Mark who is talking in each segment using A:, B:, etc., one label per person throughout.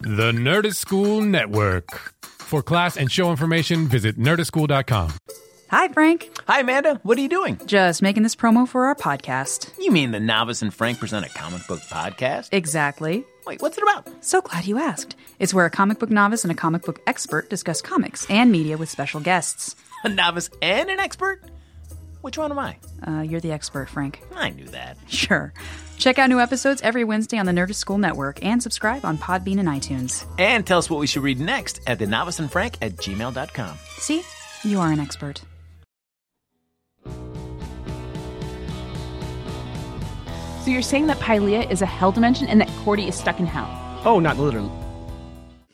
A: The Nerdist School Network. For class and show information, visit nerdistschool.com.
B: Hi, Frank.
C: Hi, Amanda. What are you doing?
B: Just making this promo for our podcast.
C: You mean the Novice and Frank present a comic book podcast?
B: Exactly.
C: Wait, what's it about?
B: So glad you asked. It's where a comic book novice and a comic book expert discuss comics and media with special guests.
C: A novice and an expert? Which one am I?
B: Uh, you're the expert, Frank.
C: I knew that.
B: Sure. Check out new episodes every Wednesday on the Nerdist School Network and subscribe on Podbean and iTunes.
C: And tell us what we should read next at the novice and frank at gmail.com.
B: See? You are an expert.
D: So you're saying that Pylea is a hell dimension and that Cordy is stuck in hell.
E: Oh, not literally.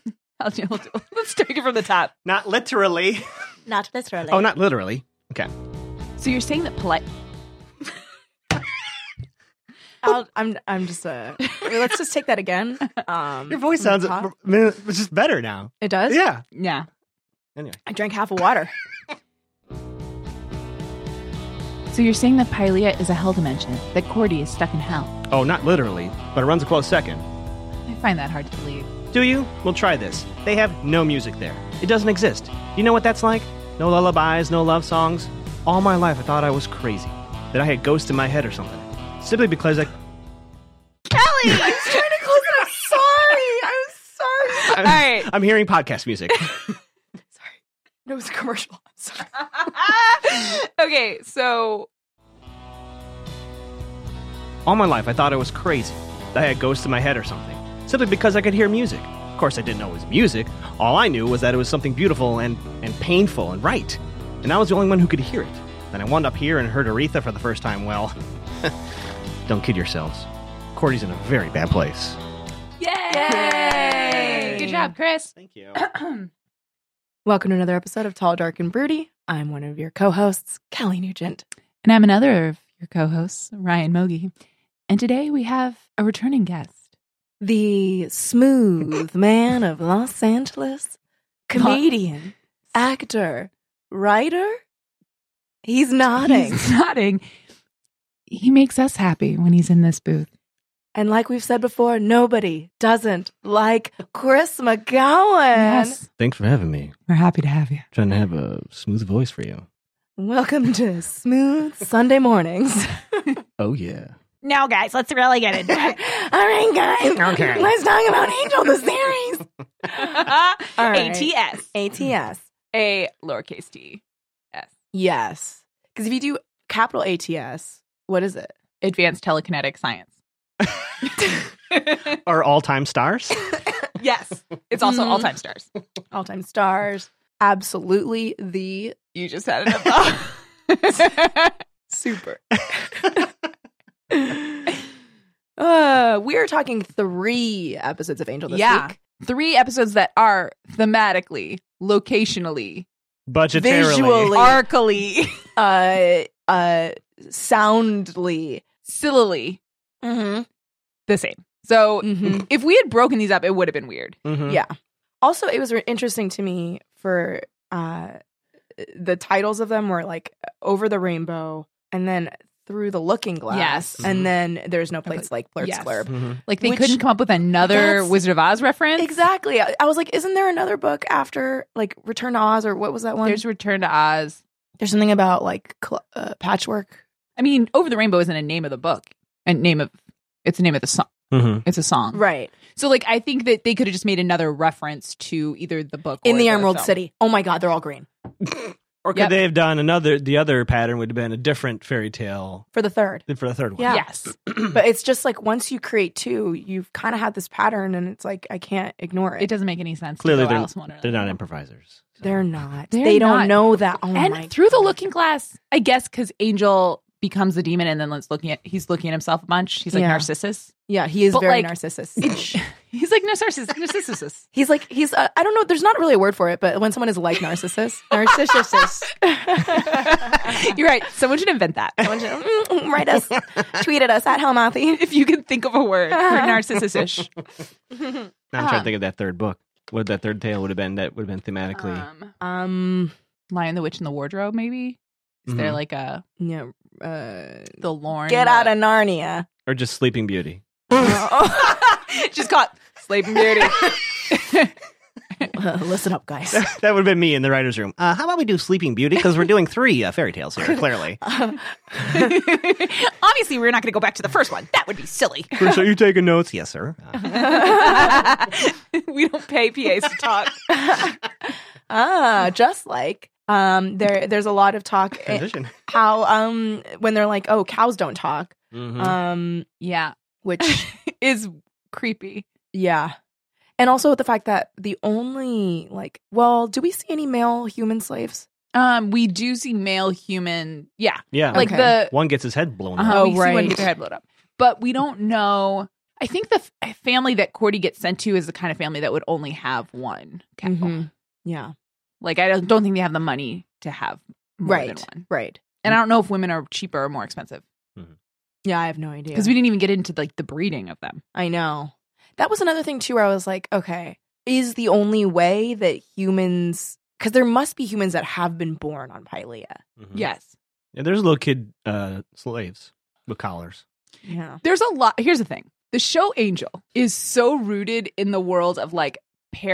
D: I'll do- I'll do- Let's take it from the top.
E: Not literally.
F: Not literally.
E: Oh, not literally. Okay.
C: Oh,
D: So you're saying that Pyle
F: I'll, I'm. I'm just. Uh, let's just take that again. Um,
E: Your voice
F: from
E: sounds
F: the top.
E: it's just better now.
F: It does.
E: Yeah.
D: Yeah.
E: Anyway.
F: I drank half a water.
D: So you're saying that Pylea is a hell dimension, that Cordy is stuck in hell.
E: Oh, not literally, but it runs a close second.
D: I find that hard to believe.
E: Do you? Well, try this. They have no music there. It doesn't exist. You know what that's like? No lullabies, no love songs. All my life I thought I was crazy, that I had ghosts in my head or something. Simply because I.
F: Kelly, I was trying to close it. I'm sorry. I'm sorry.
E: I'm,
F: All right.
E: I'm hearing podcast music.
F: It was a commercial. I'm sorry.
D: okay, so
E: All my life I thought I was crazy, that I had ghosts in my head or something. Simply because I could hear music. Of course, I didn't know it was music. All I knew was that it was something beautiful and, and painful and right. And I was the only one who could hear it. Then I wound up here and heard Aretha for the first time. Well, don't kid yourselves. Cordy's in a very bad place.
D: yay! Good job, Chris.
E: Thank you.
F: Welcome to another episode of Tall, Dark, and Broody. I'm one of your co-hosts, Kelly Nugent.
D: And I'm another of your co-hosts, Ryan Mogi. And today we have a returning guest.
F: the smooth man of Los Angeles, comedian, actor, writer. He's nodding.
D: He's nodding. He makes us happy when he's in this booth.
F: and like we've said before, nobody doesn't like Chris McGowan.
D: yes.
E: Thanks for having me.
D: We're happy to have you.
E: Trying to have a smooth voice for you.
F: Welcome to Smooth Sunday Mornings.
E: Oh, yeah.
D: Now, guys, let's really get
F: All right, guys.
E: Okay.
F: Let's talk about Angel the series. All right.
D: ATS.
F: ATS.
D: A lowercase t.
F: Yes. Because if you do capital ATS, what is it?
D: Advanced telekinetic science.
E: Are all time stars?
D: yes. Mm-hmm. It's also
F: Mm.
D: all time stars.
F: All time stars. Absolutely the
D: You just had enough.
F: Super. uh, we are talking three episodes of Angel this
D: Yeah.
F: week.
D: Three episodes that are thematically, locationally,
E: Budgetarily.
F: Visually.
D: arcally,
F: Uh, uh, soundly.
D: sillily
F: Mm-hmm.
D: the same. So
F: Mhm.
D: if we had broken these up, it would have been weird.
E: Mhm.
F: Yeah. Also, it was re- interesting to me for uh, the titles of them were like Over the Rainbow and then Through the Looking Glass.
D: Yes.
F: And then There's No Place Mm-hmm. Like Blurt's
D: Yes.
F: Blurb.
E: Mhm.
D: Like they
F: Which-
D: couldn't come up with another
F: That's-
D: Wizard of Oz reference.
F: Exactly. I, I was like, isn't there another book after like Return to Oz or what was that one?
D: There's Return to Oz.
F: There's something about like cl- uh, patchwork.
D: I mean, Over the Rainbow isn't a name of the book. A name of it's a name of the song.
E: Mhm.
D: It's a song.
F: Right.
D: So like I think that they could have just made another reference to either the book
F: in
D: or
F: the Emerald
D: film.
F: City. Oh my God, they're all green
E: Or could
D: Yep.
E: they have done another? The other pattern would have been a different fairy tale
F: for the third.
E: than for the third one.
F: Yeah.
D: Yes.
F: But it's just like once you create two, you've kind of had this pattern, and it's like I can't ignore it.
D: It doesn't make any sense.
E: Clearly
D: to go
E: they're-
D: Alice in Wonderland.
E: They're not improvisers.
F: They're not.
D: They're
F: They're they do
D: not.
F: not know that. Oh
D: and
F: my
D: through the
F: God.
D: looking glass, I guess because Angel becomes the demon and then is looking at he's looking at himself a bunch. He's like
F: Yeah.
D: Narcissus.
F: Yeah, he is
D: But,
F: very
D: like,
F: narcissist.
D: He's like Narcissus. Narcissus.
F: he's like he's. Uh, I don't know. There's not really a word for it, but when someone is like narcissist, narcissist.
D: You're right. Someone should invent that.
F: Someone should- mm, mm, Write us, tweet at us at Helmothy.
D: If you can think of a word for narcissistish.
E: Now I'm trying
D: Um,
E: to think of that third book. What that third tale would have been? That would have been thematically.
F: um,
D: Um, Lion the Witch in the Wardrobe, maybe? Is there
E: Mhm.
D: like a
F: yeah, uh,
D: the Lorne?
F: get out of Narnia.
E: or just Sleeping Beauty.
D: Just caught Sleeping Beauty.
F: Uh, listen up, guys.
E: that would have been me in the writer's room. Uh, how about we do Sleeping Beauty? Because we're doing three uh, fairy tales here, clearly.
G: Um, Obviously, we're not going to go back to the first one. That would be silly.
E: Chris, are you taking notes? Yes, sir. Uh,
G: we don't pay PAs to talk.
F: ah, just like um, there, there's a lot of talk eh,
E: transition.
F: how um when they're like, oh, cows don't talk,
E: Mhm.
F: um,
D: yeah,
F: which
D: is creepy.
F: yeah, and also the fact that the only like, well, do we see any male human slaves?
D: Um, we do see male human. Yeah,
E: yeah.
D: like
F: Okay.
D: the
E: One gets his head blown
D: uh
G: Uh-huh.
E: up.
F: Oh,
D: we see one
F: right.
D: get their head blown up, but we don't know. I think the f- family that Cordy gets sent to is the kind of family that would only have one cow.
F: Mhm. Yeah,
D: Like I don't, don't think they have the money to have more
F: right,
D: than one.
F: right.
D: And I don't know if women are cheaper or more expensive
F: Yeah, I have no idea
D: because we didn't even get into like the breeding of them.
F: I know. That was another thing too, where I was like, okay, is the only way that humans, because there must be humans that have been born on Pylea.
E: Mhm.
D: Yes,
E: Yeah, there's little kid uh, slaves with collars.
F: Yeah.
D: there's a lot. Here's the thing: the show Angel is so rooted in the world of like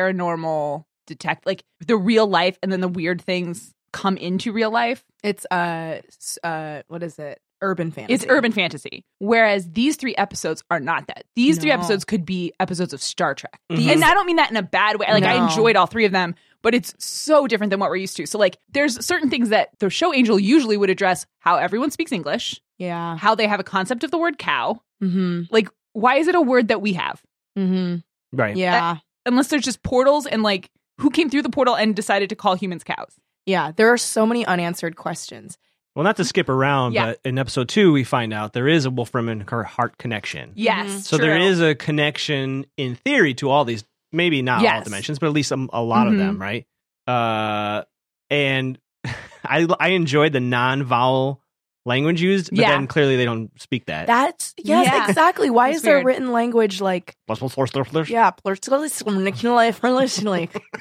D: paranormal detect, like the real life, and then the weird things come into real life.
F: It's uh, s- uh, what is it? Urban fantasy.
D: It's urban fantasy, whereas these three episodes are not that. These three
F: No.
D: episodes could be episodes of Star Trek,
E: Mhm.
D: and I don't mean that in a bad way. Like I
F: No.
D: enjoyed all three of them. But it's so different than what we're used to. So, like, there's certain things that the show Angel usually would address how everyone speaks English,
F: Yeah.
D: how they have a concept of the word cow.
F: Mm
D: Like, why is it a word that we have?
F: hmm. Mm
E: Right.
F: hmm. Yeah.
D: unless there's just portals and like who came through the portal and decided to call humans cows.
F: Yeah. There are so many unanswered questions.
E: Well, not to skip around,
D: Yeah.
E: but in episode two, we find out there is a Wolfram and her heart connection.
D: Yes,
F: Mhm.
E: Mm-hmm. So there is a connection in theory to all these, maybe not all
D: Yes.
E: dimensions, but at least a, a lot
D: Mhm.
E: of them, right? Uh, and I I enjoyed the non-vowel language used, but
D: Yeah.
E: then clearly they don't speak that.
F: That's, yes,
D: Yeah.
F: exactly. Why
D: It's
F: is there
D: weird.
F: written language like, yeah, pluralistic?
D: Uh.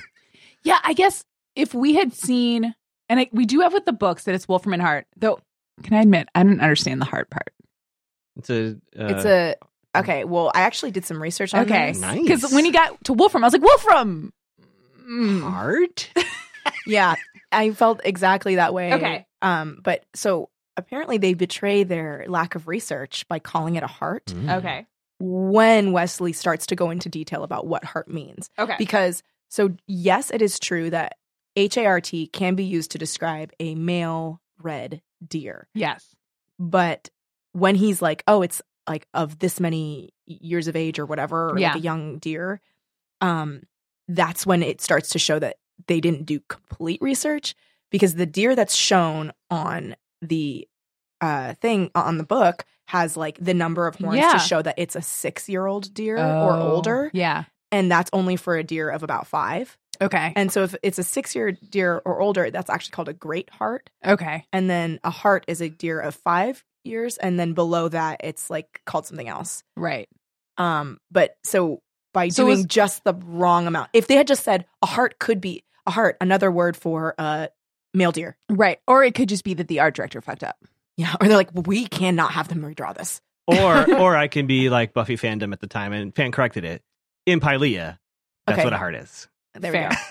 D: Yeah, I guess if we had seen, and I, we do have with the books that it's Wolfram and Hart. Though, can I admit I didn't understand the Hart part.
E: It's a uh,
F: It's a, okay, well, I actually did some research on
D: Okay,
F: this.
E: Oh, Nice.
D: because when he got to Wolfram, I was like Wolfram. Mm.
E: heart.
F: yeah i felt exactly that way
D: Okay.
F: um but so apparently they betray their lack of research by calling it a heart
E: hmm.
D: Okay,
F: when wesley starts to go into detail about what heart means
D: okay,
F: because so yes it is true that h-a-r-t can be used to describe a male red deer
D: yes,
F: but when he's like oh it's like of this many years of age or whatever or
D: Yeah.
F: like a young deer um that's when it starts to show that they didn't do complete research because the deer that's shown on the uh thing on the book has like the number of horns
D: Yeah. Oh,
F: to show that it's a 6-year-old deer or older
D: Yeah,
F: and that's only for a deer of about 5
D: okay,
F: and so if it's a 6-year deer or older that's actually called a great heart
D: okay,
F: and then a heart is a deer of five years and then below that it's like called something else
D: right.
F: um but so by
D: So
F: doing
D: is-
F: just the wrong amount if they had just said a heart could be a heart another word for uh, male deer
D: Right. Or it could just be that the art director fucked up.
F: yeah or they're like we cannot have them redraw this
E: or or I can be like Buffy fandom at the time and fan corrected it in Pylea. That's
F: Okay.
E: what a heart is.
F: there
D: Fair.
F: we go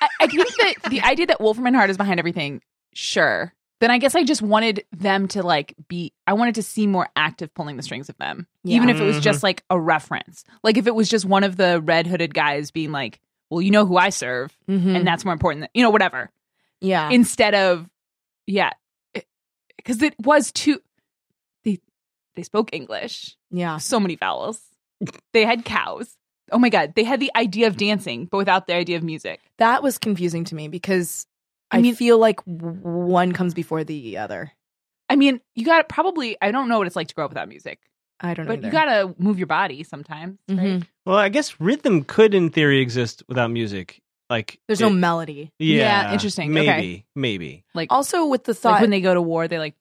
D: I, I think that the idea that Wolfram and Hart is behind everything, sure. Then I guess I just wanted them to like be. I wanted to see more active pulling the strings of them,
F: Yeah.
D: even if it was just like a reference. Like if it was just one of the red hooded guys being like, "Well, you know who I serve,
F: Mm.
D: and that's more important than you know whatever."
F: Mm-hmm. yeah
D: Instead of, yeah, because it was too. They they spoke English,
F: yeah
D: so many vowels. they had cows. Oh my god, they had the idea of dancing, but without the idea of music.
F: that was confusing to me because
D: I
F: i,
D: mean-
F: feel like w- one comes before the other
D: I mean, you got to probably. I don't know what it's like to grow up without music,
F: i don't know
D: but you
F: either.
D: got to move your body sometimes. Right?
F: Mhm.
E: Well, I guess rhythm could, in theory, exist without music. Like
F: there's
E: it-
F: no melody
E: Yeah,
D: Yeah, interesting.
E: Maybe,
D: Okay.
E: maybe.
D: Like
F: also with the
D: like
F: thought
D: when they go to war, they like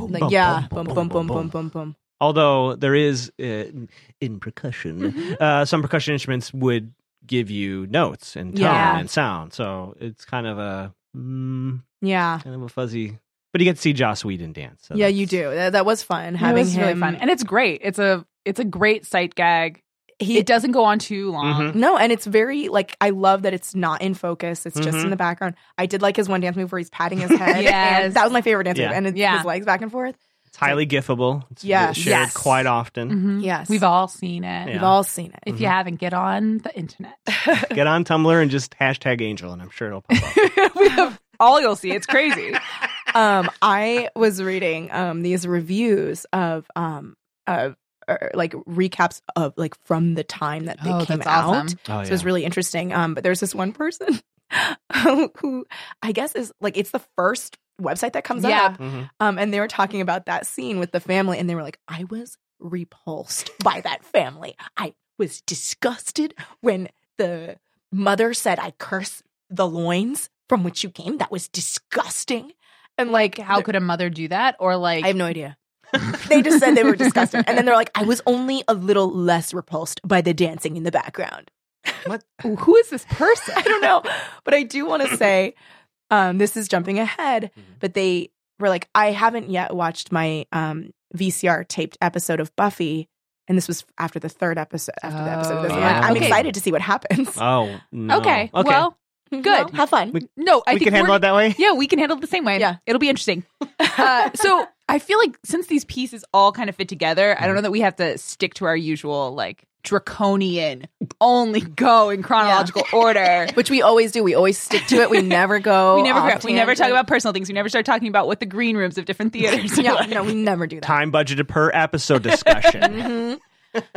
F: like
E: Bum,
F: yeah
E: bum,
F: boom
E: bum, bum,
F: boom boom
E: bum.
F: boom boom boom
E: Although there is uh, in- in percussion, uh, some percussion instruments would give you notes and tone
F: Yeah.
E: and sound. So it's kind of a mm,
F: yeah
E: kind of a fuzzy. But you get to see Joss Whedon dance. so
F: yeah,
E: that's-
F: you do. That, that was fun
D: having
F: having
D: really
F: him.
D: fun, and it's great. It's a it's a great sight gag.
F: he
D: It doesn't go on too long.
E: Mhm.
F: No, and it's very like I love that it's not in focus. It's just
E: Mhm.
F: in the background. I did like his one dance move where he's patting his head.
D: Yes.
F: and that was my favorite dance
E: Yeah.
F: move, and it's
D: Yeah.
F: his legs back and forth.
E: It's highly gifable. It's
F: Yes.
E: shared
F: Yes.
E: quite often.
D: Mhm.
F: Yes,
D: We've all seen it.
E: Mm-hmm. Yeah.
F: we've all seen it.
D: If you haven't, get on the internet.
E: Get on Tumblr and just hashtag Angel, and I'm sure it'll pop up.
D: we have all you'll see. It's crazy.
F: Um, I was reading um these reviews of um of or, like recaps of like from the time that they
D: Oh,
F: came
D: that's
F: out.
D: awesome.
E: Oh,
F: So it was really interesting. Um, but there's this one person who I guess is like it's the first website that comes
D: Yeah.
F: up.
E: Mm-hmm.
F: Um, and they were talking about that scene with the family, and they were like, I was repulsed by that family. I was disgusted when the mother said, I curse the loins from which you came. That was disgusting. And like,
D: How could a mother do that? Or like,
F: I have no idea. they just said they were disgusted. And then they're like, I was only a little less repulsed by the dancing in the background.
D: Ooh, who is this person?
F: I don't know. But I do want to say um, this is jumping ahead,
E: Mm-hmm.
F: but they were like, I haven't yet watched my um, VCR taped episode of Buffy. And this was after the third episode. After the episode, of this. I'm
E: yeah.
F: like, I'm
E: Okay.
F: excited to see what happens.
E: Oh, no.
D: Okay. Well, good.
F: have fun.
E: We-
D: no, I
E: we
D: think
E: can handle
D: we're-
E: it that way.
D: Yeah, we can handle it the same way.
F: Yeah.
D: It'll be interesting. Uh, so I feel like since these pieces all kind of fit together, I don't know that we have to stick to our usual like draconian only go in chronological order.
F: Which we always do. We always stick to it. We never go.
D: We never
F: off
D: we never talk
F: tangent.
D: about personal things. We never start talking about what the green rooms of different theaters. are
F: Yeah,
D: like.
F: no, we never do that.
E: Time budgeted per episode discussion.
F: Mhm.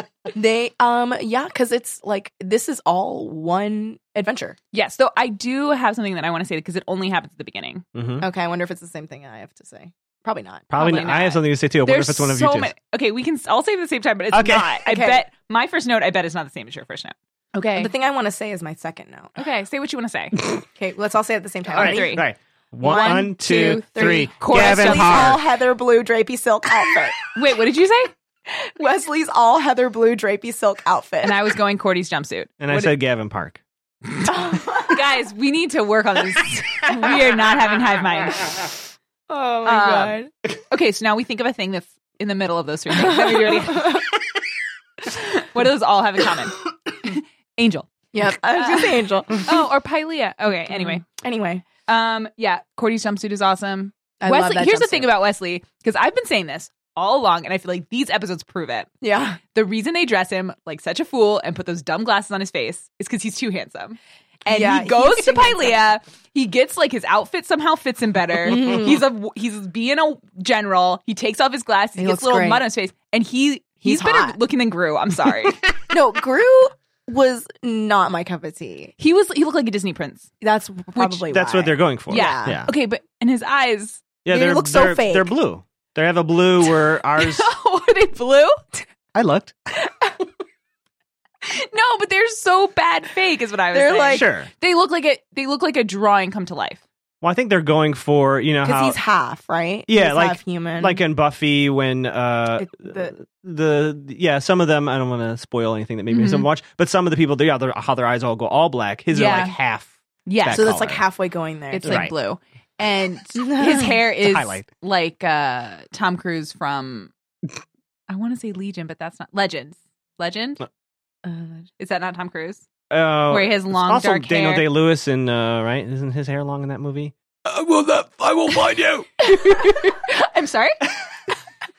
F: they, um, yeah, because it's like this is all one adventure.
D: Yes, though I do have something that I want to say because it only happens at the beginning.
E: Mhm.
F: Okay, I wonder if it's the same thing I have to say. Probably not.
E: Probably,
D: Probably
E: not. I have
D: not.
E: something to say too. I wonder if it's one of you two.
D: Okay, we can all say it at the same time, but it's
E: Okay.
D: not. I
F: Okay.
D: bet my first note. I bet it's not the same as your first note. Okay.
F: The thing I want to say is my second note.
D: okay. Say what you want to say.
F: Okay, let's all say it at the same time.
D: All right,
F: Ready?
D: three.
E: Right. One, two, three.
D: Chorus
E: Gavin
D: of-
F: Wesley's all
E: Hart.
F: heather blue drapey silk outfit.
D: Wait, what did you say?
F: Wesley's all heather blue drapey silk outfit.
D: And I was going Cordy's jumpsuit.
E: And I
D: What
E: said Gavin Park.
D: did- guys, we need to work on this. we are not having hive mind.
F: oh
D: my Okay, so now we think of a thing that's in the middle of those three things. Then we do it again. what do those all have in common? Angel.
F: Yep. I was just angel.
D: Oh, or Pylea. Okay. Anyway.
F: Anyway,
D: Um. Yeah. Cordy's jumpsuit is awesome.
F: I
D: Wesley.
F: love that
D: here's the
F: jumpsuit.
D: thing about Wesley because I've been saying this all along, and I feel like these episodes prove it.
F: yeah,
D: The reason they dress him like such a fool and put those dumb glasses on his face is because he's too handsome. And
F: Yeah,
D: he goes
F: he's
D: to
F: too handsome.
D: Pylea. He gets like his outfit somehow fits him better.
F: Mhm.
D: He's a he's being a general. He takes off his glasses. He,
F: He
D: gets
F: looks
D: a little
F: great.
D: mud on his face, and he he's,
F: He's
D: better
F: hot.
D: looking than Gru. I'm sorry.
F: no, Gru was not my cup of tea.
D: he was he looked like a Disney prince.
F: That's probably
E: That's
F: why.
E: what they're going for.
D: Yeah.
E: Yeah.
D: Okay, but and his eyes
E: Yeah,
F: They
E: they're,
F: look so
E: they're-
F: fake.
E: They're blue. They have a blue where ours.
D: are they blue?
E: I looked.
D: No, but they're so bad fake is what I was
F: They're
D: saying.
F: like-
E: sure.
D: they look like a they look like a drawing come to life.
E: Well, I think they're going for you know
F: because
E: how
F: he's half right.
E: Yeah,
F: He's
E: like-
F: half human.
E: like in Buffy when uh
F: It-
E: the,
F: the-
E: yeah some of them I don't want to spoil anything that maybe
D: Mhm.
E: someone watch but some of the people they yeah, they're, how their eyes all go all black his
D: Yeah.
E: are like half
D: Yeah.
E: that
F: so that's like
E: color.
F: halfway going there.
D: It's
F: too.
D: like
E: Right.
D: blue. And his hair
E: It's a
D: is
E: highlight.
D: like uh Tom Cruise from I want to say Legion, but that's not Legends. Legend? Is that not Tom Cruise?
E: uh,
D: Where he has
E: it's
D: long,
E: also
D: dark
E: Daniel
D: hair.
E: Day Lewis and uh, right isn't his hair long in that movie
C: I will not. I will find you.
D: I'm sorry?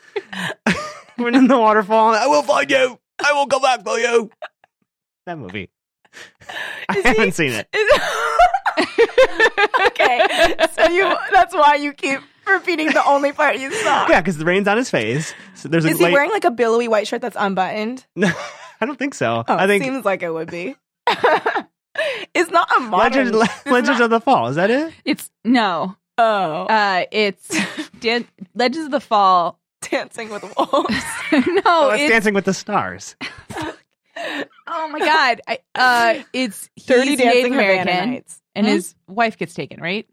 E: when in the waterfall
C: I will find you. I will come back for you.
E: that movie I haven't seen it
F: okay, so you that's why you keep repeating the only part you saw.
E: yeah because the rain's on his face so there's
F: Is
E: a
F: he
E: light-
F: wearing like a billowy white shirt that's unbuttoned?
E: no I don't think so
F: Oh,
E: I think
F: seems like it would be. it's not a modern.
E: Legend, Le- Legends of the Fall is that it
D: It's no.
F: oh,
D: Uh it's Dan- Legends of the Fall.
F: Dancing with Wolves.
D: no,
E: Oh, that's
D: Oh, it's
E: Dancing with the Stars
D: Oh my god. I, uh it's
F: Dirty
D: he's Native
F: Dancing
D: American
F: Havana Nights.
D: and
F: Hmm?
D: his wife gets taken, right?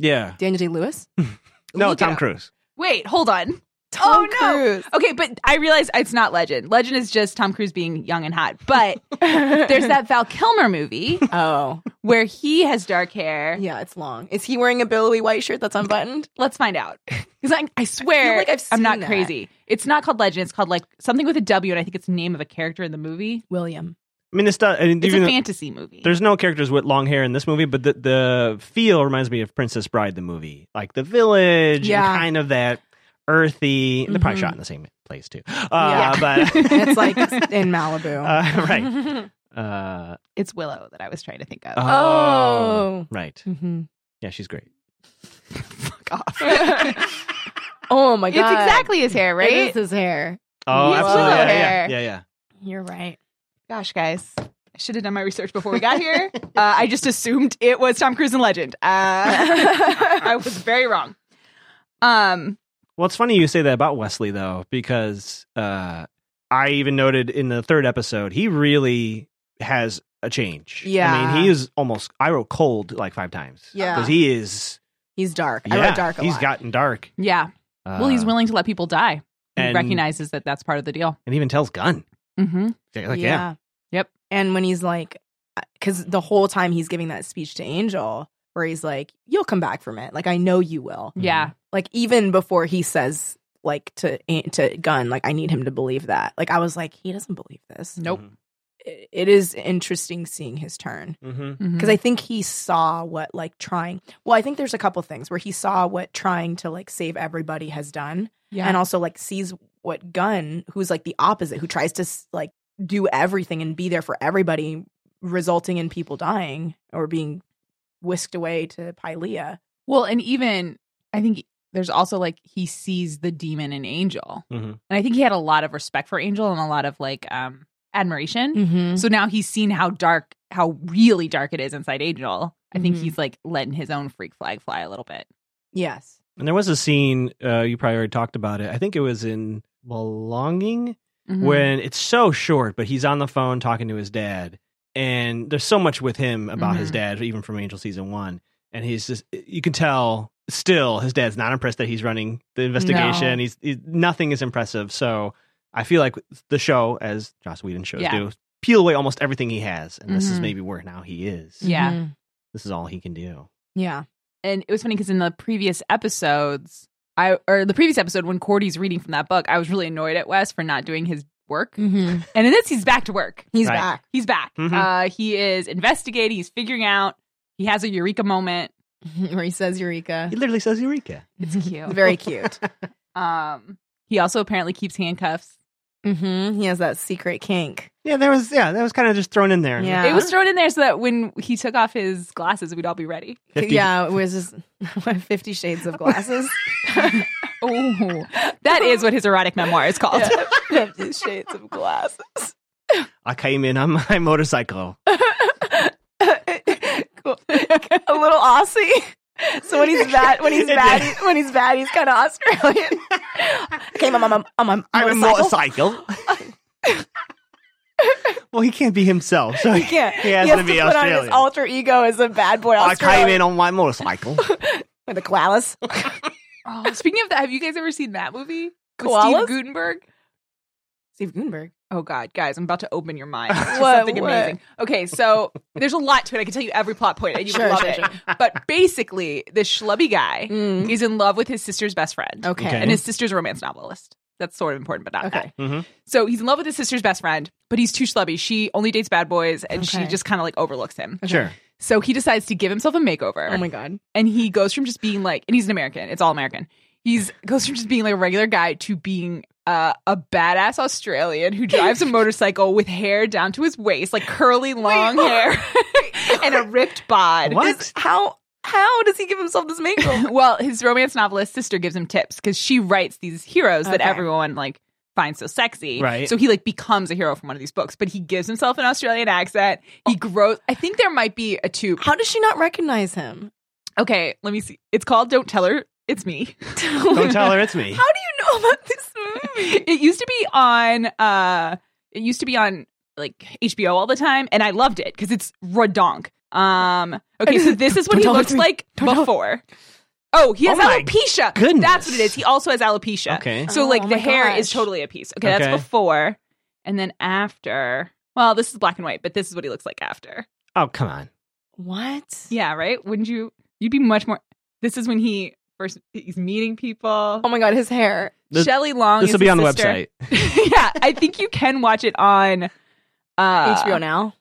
E: yeah
F: Daniel Day Lewis.
E: no
D: Look it
E: Tom
D: up.
E: Cruise
D: Wait, hold on. Oh,
F: Tom
D: no.
F: Cruise.
D: Okay, but I realize it's not Legend. Legend is just Tom Cruise being young and hot. But there's that Val Kilmer movie
F: Oh,
D: where he has dark hair.
F: yeah, it's long. Is he wearing a billowy white shirt that's unbuttoned?
D: Let's find out. Because I, I swear,
F: like I've
D: am not
F: seen that.
D: crazy. It's not called Legend. It's called like something with a W, and I think it's the name of a character in the movie.
F: William.
E: I mean, this does. I mean,
D: It's
E: even
D: a
E: though-
D: fantasy movie.
E: There's no characters with long hair in this movie, but the, the feel reminds me of Princess Bride, the movie, like the village,
F: Yeah.
E: and kind of that earthy. They're probably
F: Mhm.
E: shot in the same place too, uh,
F: Yeah.
E: but
F: It's like in Malibu.
E: uh, right, uh,
D: it's Willow that I was trying to think of.
E: Uh-huh.
F: oh.
E: right,
F: Mhm.
E: yeah, she's great.
D: Fuck off.
F: Oh my
D: it's
F: god.
D: exactly his hair, right?
F: It is his hair.
E: Oh,
D: Yes,
E: absolutely,
D: Willow
E: yeah, yeah,
D: hair.
E: yeah, yeah.
F: You're right.
D: Gosh, guys. I should have done my research before we got here. uh, I just assumed it was Tom Cruise and Legend. Uh, I was very wrong. Um,
E: Well, it's funny you say that about Wesley though, because uh, I even noted in the third episode he really has a change. I
F: Yeah.
E: mean, he is almost. I wrote cold like five times.
F: Yeah.
E: because he is.
F: He's dark.
E: Yeah,
F: I wrote dark a
E: he's
F: lot.
E: gotten dark.
D: yeah. Well, he's
E: Uh,
D: willing to let people die. He
E: and-
D: recognizes that that's part of the deal.
E: and even tells Gun.
D: Mm-hmm.
E: Like, yeah.
D: Yep.
F: And when he's like, because the whole time he's giving that speech to Angel, where he's like, "You'll come back from it. Like I know you will."
D: Yeah.
E: Mm-hmm.
F: Like even before he says, like to An- to Gun, like I need him to believe that. Like I was like, he doesn't believe this.
D: Nope.
F: It- it is interesting seeing his turn
E: Mm-hmm.
F: because I think he saw what like trying. Well, I think there's a couple things where he saw what trying to like save everybody has done,
D: yeah.
F: and also like sees what gun who's like the opposite who tries to s- like do everything and be there for everybody resulting in people dying or being whisked away to Pylea.
D: Well, and even I think there's also like he sees the demon in Angel.
E: Mhm.
D: And I think he had a lot of respect for Angel and a lot of like um admiration.
F: Mm-hmm.
D: So now he's seen how dark, how really dark it is inside Angel. I think
F: Mhm.
D: he's like letting his own freak flag fly a little bit.
F: Yes.
E: And there was a scene uh, you probably already talked about it. I think it was in Belonging
D: Mm-hmm.
E: when it's so short, but he's on the phone talking to his dad, and there's so much with him about his
D: Mhm.
E: dad, even from Angel season one, and he's just you can tell still his dad's not impressed that he's running the investigation. He's, he's nothing is impressive. So I feel like the show, as Joss Whedon shows
D: Yeah.
E: do, peel away almost everything he has, and this is
D: Mhm.
E: maybe where now he is.
D: Yeah.
E: This is all he can do.
F: Mm-hmm. Yeah.
D: and it was funny because in the previous episodes, I or the previous episode when Cordy's reading from that book, I was really annoyed at Wes for not doing his work.
F: Mm-hmm.
D: And in this, he's back to work.
F: He's
E: Right.
F: back.
D: He's back.
E: Mhm.
D: Uh, he is investigating. He's figuring out. He has a eureka moment.
F: Where he says Eureka.
E: He literally says Eureka.
D: It's cute.
F: Very cute.
D: Um, he also apparently keeps handcuffs.
F: mm-hmm. He has that secret kink.
E: Yeah, there was yeah, that was kind of just thrown in there.
F: Yeah.
D: It was thrown in there so that when he took off his glasses, we'd all be ready.
E: 50
F: Yeah, it was just Fifty Shades of Glasses.
D: Oh, that is what his erotic memoir is called.
F: Fifty Shades of Glasses.
E: I came in on my motorcycle.
F: Cool. a little Aussie. So when he's bad, when he's bad, he- when he's bad, he's kind of Australian. Okay, mom, I'm a, I'm a
E: I'm a
F: motorcycle.
E: motorcycle. well, he can't be himself, so
F: He can't.
E: He has to be
F: put on
E: Australian.
F: his alter ego as a bad boy
E: I came
F: Australian
E: in on my motorcycle.
F: with a koalas.
D: Oh, speaking of that, have you guys ever seen that movie? With
F: Koalas?
D: Steve Gutenberg?
F: Steve Gutenberg.
D: Oh God, guys, I'm about to open your mind. It's just
F: What,
D: something
F: what?
D: amazing. Okay, so there's a lot to it. I can tell you every plot point, and you would
F: Sure,
D: love
F: sure, Mm.
D: it. But basically, this schlubby guy is in love with his sister's best friend,
F: Okay.
E: Okay.
D: and his sister's a romance novelist. That's sort of important, but not
F: Okay.
D: that.
E: Mhm.
D: So he's in love with his sister's best friend, but he's too schlubby. She only dates bad boys, and she
F: Okay.
D: just kind of like overlooks him.
E: Sure.
D: So he decides to give himself a makeover.
F: Oh my god.
D: and he goes from just being like and he's an american it's all american he's goes from just being like a regular guy to being uh, a badass australian who drives a motorcycle with hair down to his waist like curly long hair and a ripped bod
E: What?
F: How how does he give himself this makeover?
D: well his romance novelist sister gives him tips because she writes these heroes that
F: Okay.
D: everyone like finds so sexy
E: Right.
D: so he like becomes a hero from one of these books but he gives himself an australian accent
E: Oh.
D: he grows i think there might be a tube
F: how does she not recognize him?
D: okay let me see it's called don't tell her it's me
E: Don't tell her it's me.
F: How do you know about this movie?
D: it used to be on uh it used to be on like HBO all the time and I loved it cuz it's redonk. Um okay so this is what
F: Don't
D: he
F: tell it
D: looks
F: to me.
D: like
F: Don't tell it.
D: before. Oh, he has
E: Oh my
D: alopecia.
E: goodness.
D: That's what it is. He also has alopecia.
E: Okay.
D: So
F: Oh
D: like the
F: my
D: hair is
F: gosh.
D: totally a piece. Okay,
E: Okay.
D: that's before. And then after. Well, this is black and white, but this is what he looks like after.
E: Oh, come on.
F: What?
D: Yeah, right? Wouldn't you you'd be much more This is when he first he's meeting people.
F: Oh my god, his hair.
E: This-
D: Shelley Long
E: This
D: is
E: will be
D: his
E: on the
D: sister.
E: website.
D: yeah, I think you can watch it on uh,
F: HBO now.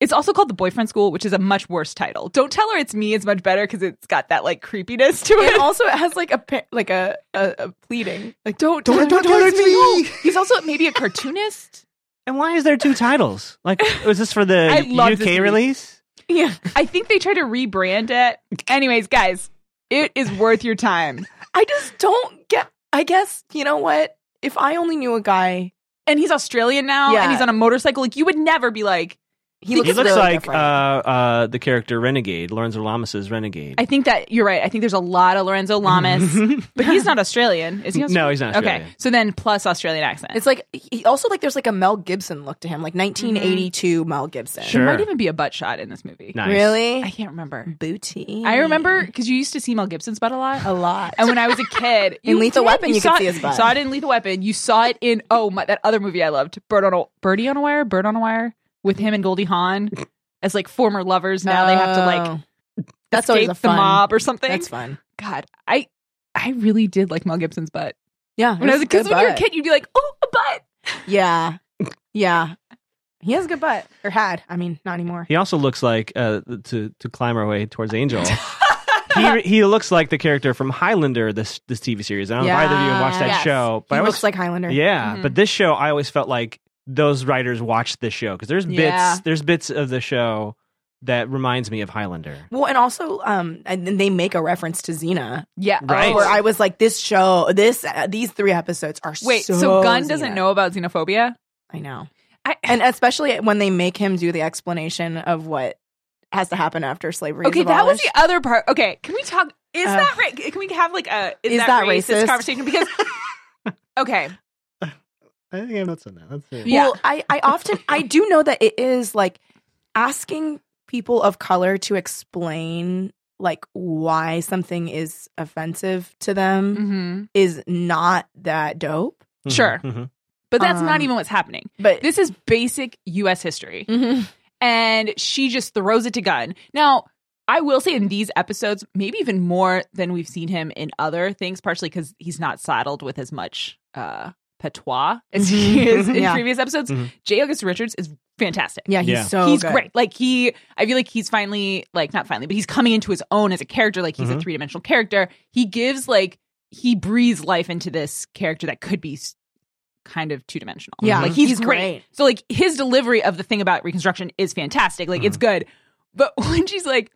D: It's also called The Boyfriend School, which is a much worse title. Don't tell her it's me is much better because it's got that like creepiness to
F: And
D: it.
F: also, it has like a pa- like a, a, a pleading. Like don't
E: Don't- don't- don't touch me.
F: He's also maybe a cartoonist.
E: And why is there two titles? Like, was this for
D: I
E: the
D: love this movie.
E: UK release?
F: yeah,
D: I think they tried to rebrand it. Anyways, guys, it is worth your time.
F: I just don't get. I guess you know what? If I only knew a guy,
D: And he's Australian now,
F: Yeah.
D: and he's on a motorcycle. Like you would never be like.
F: he looks,
E: he looks
F: really
E: like uh,
F: different.
E: uh, the character Renegade, Lorenzo Lamas's Renegade.
D: I think that you're right. I think there's a lot of Lorenzo Lamas, but he's not Australian, is he? Australian?
E: No, he's not
D: Okay,
E: Australian.
D: so then plus Australian accent.
F: it's like he also like there's like a Mel Gibson look to him, like 1982 Mel Gibson.
E: Sure.
D: There might even be a butt shot in this movie.
E: nice.
D: I
F: Really,
D: can't remember.
F: booty.
D: I remember because you used to see Mel Gibson's butt a lot.
F: Mm. a lot.
D: And when I was a kid,
F: In
D: you
F: Lethal
D: did.
F: Weapon, you could
D: saw
F: see
D: it-
F: his butt.
D: Saw it in Lethal Weapon. You saw it in oh my that other movie I loved, Bird on a Birdie on a Wire, Bird on a Wire, with him and Goldie Hawn as like former lovers. Now they have to like
F: Oh. that's always
D: escape
F: a
D: the
F: fun-
D: mob or something.
F: That's fun.
D: God, I I really did like Mel Gibson's butt
F: Yeah,
D: when I was a kid.
F: good
D: When you were a
F: butt.
D: kid, you'd be like, oh a butt.
F: Yeah. Yeah. He has a good butt. Or had. I mean, not anymore.
E: He also looks like uh, to to climb our way towards Angel. he he looks like the character from Highlander. This this TV series. I don't know if either of you have watched that
F: Yes.
E: show, but
F: he
E: I
F: looks
E: always-
F: like Highlander.
E: yeah.
D: Mhm.
E: But this show, I always felt like those writers watched this show because there's bits
D: Yeah.
E: there's bits of the show that reminds me of Highlander.
F: Well, and also, um, and then they make a reference to Xena,
D: Yeah,
E: Right.
F: where I was like, this show, this, uh, these three episodes are
D: Wait, so, Gunn doesn't
F: Xena.
D: know about xenophobia?
F: I know.
D: I-
F: and especially when they make him do the explanation of what has to happen after slavery.
D: Okay,
F: is
D: that was
F: abolished.
D: the other part. Okay, can we talk? Is
F: Uh,
D: that right? Can we have like a is,
F: is
D: that,
F: that
D: racist,
F: racist?
D: conversation? Because okay,
E: I think I'm not saying that. That's
D: Yeah.
F: Well, I, I often I do know that it is like asking people of color to explain like why something is offensive to them
D: mm-hmm.
F: is not that dope.
E: Mm-hmm,
D: Sure. but that's not
F: Um,
D: even what's happening.
F: But
D: This is basic U.S. history,
F: Mhm.
D: and she just throws it to Gunn. Now, I will say in these episodes, maybe even more than we've seen him in other things, partially because he's not saddled with as much uh, patois as he is in
F: Yeah.
D: previous episodes.
E: Mhm.
D: J. August Richards is fantastic.
F: yeah, he's
E: Yeah.
F: so
D: he's
F: good.
D: great. Like he, I feel like he's finally like not finally, but he's coming into his own as a character. Like he's a
F: Mm-hmm.
E: Mhm.
D: three dimensional character. He gives like he breathes life into this character that could be s- kind of two dimensional.
F: Yeah,
D: like he's,
F: he's
D: great.
F: great.
D: So like his delivery of the thing about Reconstruction is fantastic. Like it's
F: Mm-hmm.
D: good, but when she's like,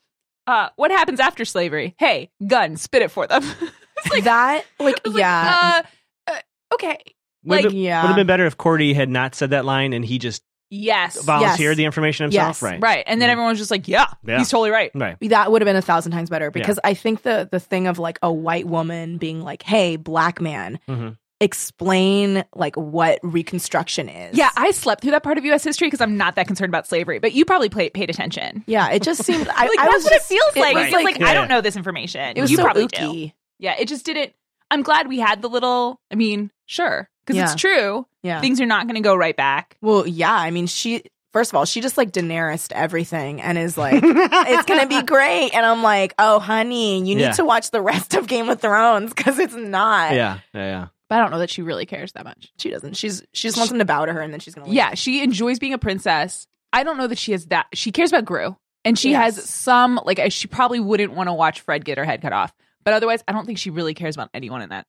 D: uh, "What happens after slavery? Hey, gun, spit it for them." It's like-
F: that like
D: I was like,
F: yeah.
D: uh, uh, okay.
E: Would
D: Like-
E: have
F: Yeah.
E: been better if Cordy had not said that line and he just
D: Yes.
E: volunteered the information himself.
F: Yes.
E: Right.
D: Right. And
F: Mm-hmm.
D: then
E: Mhm.
D: everyone was just like, yeah,
E: Yeah.
D: he's totally right.
E: Right.
F: that would have been a thousand times better because I think the the thing of like a white woman being like, "Hey, black man,
D: Mm-hmm.
E: Mhm.
F: explain like what reconstruction is."
D: Yeah, I slept through that part of U.S. history because I'm not that concerned about slavery. But you probably play, paid attention.
F: yeah. It just seemed I,
D: like
F: I
D: that's
F: was
D: what
F: just-
D: it feels like.
F: was
D: It's just like
E: Yeah,
D: I don't
E: yeah.
D: know this information.
F: It was
D: you
F: so
D: probably do.
F: ooky.
D: Yeah, it just didn't. I'm glad we had the little. I mean, sure, because
F: Yeah.
D: it's true.
F: Yeah.
D: Things are not going to go right back.
F: Well, yeah. I mean, she first of all, she just like Daenerys everything and is like, "It's gonna be great," and I'm like, "Oh, honey, you need
E: Yeah.
F: to watch the rest of Game of Thrones because it's not."
E: Yeah. Yeah. Yeah.
D: But I don't know that she really cares that much.
F: She doesn't. She's she just wants him to bow to her, and then she's gonna. Leave.
D: Yeah, she enjoys being a princess. I don't know that she has that. She cares about Gru, and she
F: Yes.
D: has some like. She probably wouldn't want to watch Fred get her head cut off, but otherwise, I don't think she really cares about anyone in that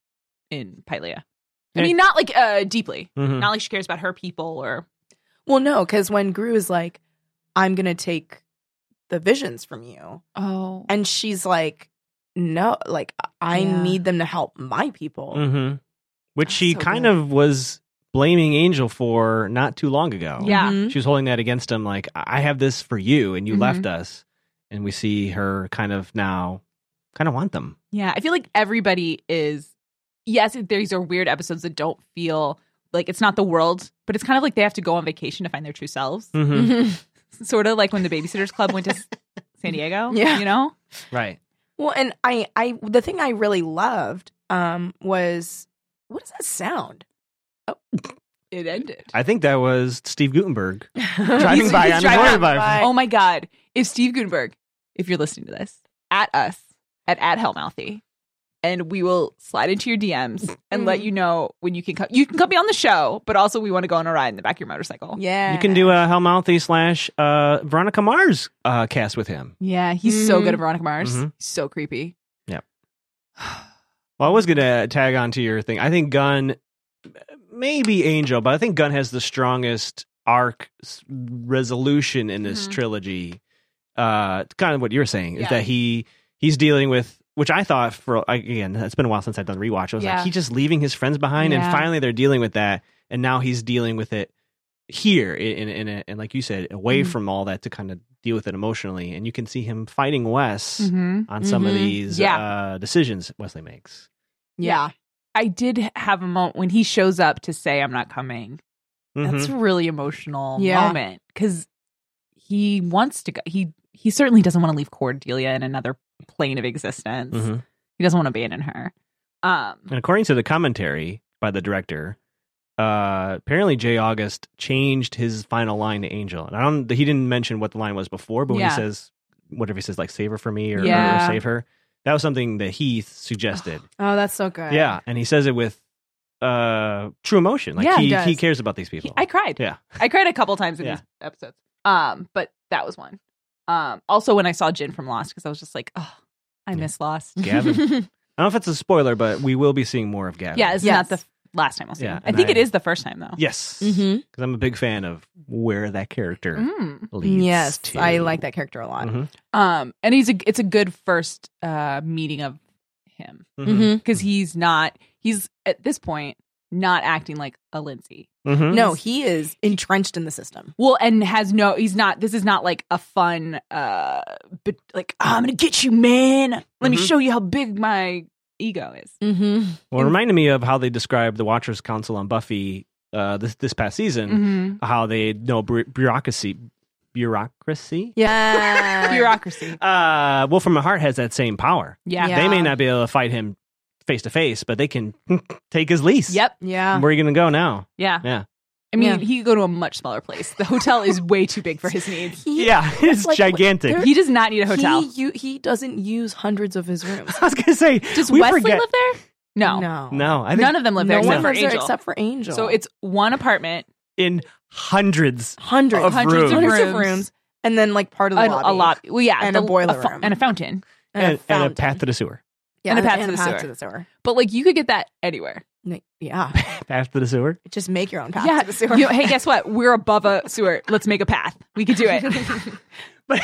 D: in Pylea. I
E: Yeah.
D: mean, not like uh deeply.
E: Mhm.
D: Not like she cares about her people or
F: Well, no, because when Gru is like, I'm going to take the visions from you.
D: oh
F: And she's like, no, like, I
D: Yeah.
F: need them to help my people.
E: hmm Which
D: That's
E: she
D: so
E: kind
D: good.
E: of was blaming Angel for not too long ago.
D: Yeah.
F: Mhm.
E: She was holding that against him, like, I I have this for you, and you
D: Mhm.
E: left us. And we see her kind of now kind of want them.
D: yeah. I feel like everybody is. Yes, these are weird episodes that don't feel like it's not the world, but it's kind of like they have to go on vacation to find their true selves.
E: Mm-hmm.
D: Sort of like when the Babysitters Club went to S- San Diego.
F: Yeah.
D: you know.
E: Right.
F: Well, and I, I, the thing I really loved um, was what is that sound?
D: It ended.
E: I think that was Steve Gutenberg driving
D: He's-
E: by
D: he's
E: on
D: driving
E: his motorbike.
F: by.
D: Oh my God. If Steve Gutenberg, if you're listening to this, at us, at, at Hellmouthy, and we will slide into your DMs and let you know when you can come. You can come be on the show, but also we want to go on a ride in the back of your motorcycle.
F: Yeah,
E: You can do a Hellmouthy slash uh, Veronica Mars uh, cast with him.
D: Yeah, he's so
F: Mhm.
D: good at Veronica Mars.
E: Mhm.
D: He's so creepy.
E: Well, I was gonna tag on to your thing. I think Gun, maybe Angel, but I think Gun has the strongest arc s- resolution in this
D: Mhm.
E: trilogy. Uh, kind of what you're saying is
D: Yeah.
E: that he he's dealing with which I thought for again it's been a while since I've done a rewatch. I was
D: Yeah.
E: like he's just leaving his friends behind,
D: Yeah.
E: and finally they're dealing with that, and now he's dealing with it here in in, in a, and like you said, away
D: Mhm.
E: from all that to kind of deal with it emotionally, and you can see him fighting Wes
D: Mm-hmm.
E: on some of
F: Mhm.
E: these
D: Yeah.
E: uh, decisions Wesley makes.
D: Yeah. I did have a moment when he shows up to say, I'm not coming.
E: Mhm.
D: That's a really emotional
F: Yeah.
D: moment because he wants to go. He he certainly doesn't want to leave Cordelia in another plane of existence.
E: Mhm.
D: He doesn't want to abandon her. Um,
E: And according to the commentary by the director, uh, apparently Jay August changed his final line to Angel. And I don't, he didn't mention what the line was before, but when
D: Yeah.
E: he says, whatever he says, like save her for me or, or
D: Yeah.
E: save her, that was something that he suggested.
F: Oh, that's so good.
E: yeah. And he says it with uh, true emotion. Like
D: Yeah,
E: he,
D: he
E: he
F: does.
E: cares about these people.
D: I cried.
E: Yeah.
D: I cried a couple times in
E: Yeah.
D: these episodes. Um, but that was one. Um, also when I saw Jin from Lost because I was just like, oh, I
E: Yeah.
D: miss Lost.
E: Gavin. I don't know if it's a spoiler, but we will be seeing more of Gavin.
D: yeah, it's
F: Yes.
D: not the f- last time I'll see.
E: Yeah,
D: him. I
E: and
D: think it
E: I-
D: is the first time though.
E: Yes. Because
F: Mm-hmm.
E: I'm a big fan of where that character
D: Mm.
E: leads.
F: Yes,
E: to.
F: I like that character a lot.
E: Mhm.
D: Um, and he's a it's a good first uh meeting of him.
E: Mhm.
D: because he's not he's at this point not acting like a Lindsay.
E: Mhm.
F: No, he is entrenched in the system.
D: Well, and has no he's not this is not like a fun uh but like I'm going to get you man. Let me
E: Mhm.
D: show you how big my ego is.
F: Mm-hmm.
E: Well, it reminded me of how they described the Watchers Council on Buffy uh, this this past season,
D: Mm-hmm.
E: how they know bu- bureaucracy, bureaucracy.
F: Yeah,
D: Bureaucracy.
E: Uh, Wolfram at Heart has that same power.
D: Yeah.
F: Yeah.
E: They may not be able to fight him face to face, but they can take his lease.
D: Yep.
F: yeah.
E: Where are you going to go now?
D: Yeah.
E: Yeah.
D: I mean,
F: Yeah.
D: he could go to a much smaller place. The hotel is way too big for his needs.
F: He,
E: Yeah, it's
F: like-
E: gigantic.
F: there-
D: He does not need a hotel.
F: He, you, he doesn't use hundreds of his rooms.
E: I was going to say,
D: Does
E: we
D: Wesley
E: forget.
D: live there? No.
F: no,
E: No, I think
D: None of them live there
F: no
D: except
F: one
D: for
F: lives there
D: Angel.
F: except for Angel.
D: so it's one apartment,
E: in hundreds.
F: hundreds,
E: Of
D: hundreds
E: rooms.
F: hundreds of rooms, and then like part of the
D: a,
F: lobby,
D: a lot. Well, yeah,
F: And a boiler
D: fo-
F: room.
D: and a fountain.
E: And, and a
F: fountain.
E: path to the sewer.
F: yeah,
D: and a path to
F: and
D: the sewer.
F: to the sewer.
D: But like, you could get that anywhere.
F: N- Yeah,
E: Path to the sewer.
F: just make your own path
D: yeah.
F: to the sewer.
D: You know, hey, guess what? We're above a sewer. Let's make a path. We could do it.
E: But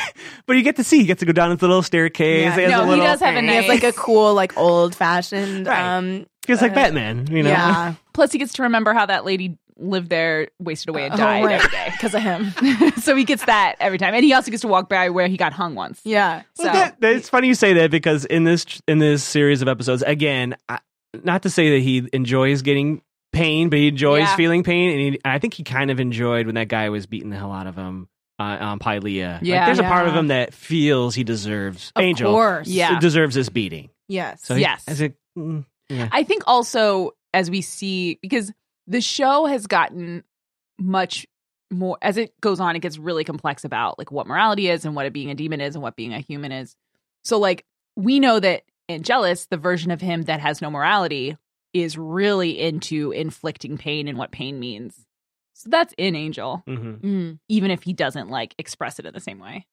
E: but you get to see. He gets to go down his little staircase.
F: Yeah.
E: He has
D: no,
E: a
D: he
E: little,
D: does have a
F: He has like
D: nice.
F: a cool, like old fashioned.
E: Right.
F: Um,
E: Feels like
F: uh,
E: Batman, you know?
F: yeah,
D: Plus, he gets to remember how that lady lived there, wasted
F: Uh,
D: away, and died every day.
F: Oh, because of him.
D: so he gets that every time, and he also gets to walk by where he got hung once.
F: Yeah,
D: So
E: That- that- it's funny you say that because in this in this series of episodes, again, I, not to say that he enjoys getting pain, but he enjoys
D: Yeah.
E: feeling pain, and he, I think he kind of enjoyed when that guy was beating the hell out of him uh, on Pylea. Like,
D: Yeah.
E: there's a part of
F: Yeah.
E: him that feels he deserves
F: of
E: Angel
F: course.
D: Yeah.
E: deserves this beating.
F: Yes.
E: So he-
D: Yes.
E: as a- mm,
D: I think also as we see because the show has gotten much more as it goes on, it gets really complex about like what morality is and what it being a demon is and what being a human is. So like we know that Angelus, the version of him that has no morality, is really into inflicting pain and what pain means. So that's in Angel,
E: mhm.
F: Mm.
D: even if he doesn't like express it in the same way.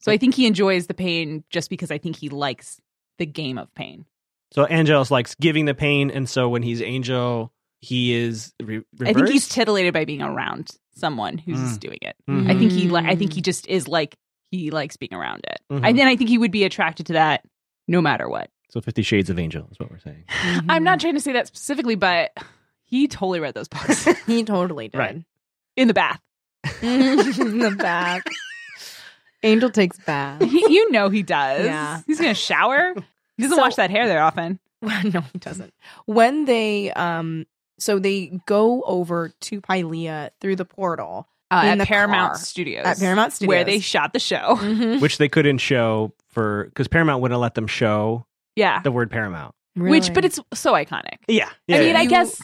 D: So I think he enjoys the pain just because I think he likes the game of pain.
E: so Angelus likes giving the pain, and so when he's Angel, he is re-
D: I think he's
E: reversed?
D: titillated by being around someone who's
E: Mm.
D: doing it.
E: Mhm.
D: I think he li- I think he just is like he likes being around it.
E: Mhm.
D: And then I think he would be attracted to that no matter what.
E: so Fifty Shades of Angel is what we're saying.
D: I'm not trying to say that specifically, but he totally read those books
F: He totally did.
E: Right.
D: in the bath.
F: In the back. Angel takes bath.
D: He, you know he does.
F: Yeah.
D: He's gonna shower. He doesn't
F: So-
D: wash that hair that often.
F: Well, no, he doesn't. When they um so they go over to Pylea through the portal
D: Uh,
F: In
D: at
F: the
D: Paramount
F: car.
D: Studios,
F: at Paramount Studios.
D: where they shot the show.
F: Mhm.
E: which they couldn't show for because Paramount wouldn't let them show
D: Yeah.
E: the word Paramount.
D: Which, but it's so iconic.
E: Yeah,
D: I mean,
E: yeah.
D: I
F: You-
D: guess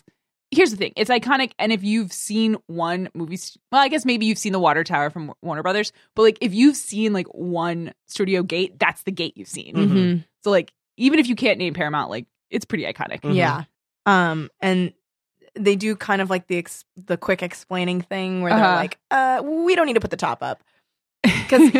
D: here's the thing: it's iconic, and if you've seen one movie, st- well, I guess maybe you've seen the Water Tower from Warner Brothers, but like if you've seen like one studio gate, that's the gate you've seen.
F: Mm-hmm.
E: Mhm.
D: So like, even if you can't name Paramount, like it's pretty iconic.
E: Mhm.
F: Yeah. Um, and they do kind of like the ex- the quick explaining thing where they're
D: Uh-huh.
F: like, uh, we don't need to put the top up because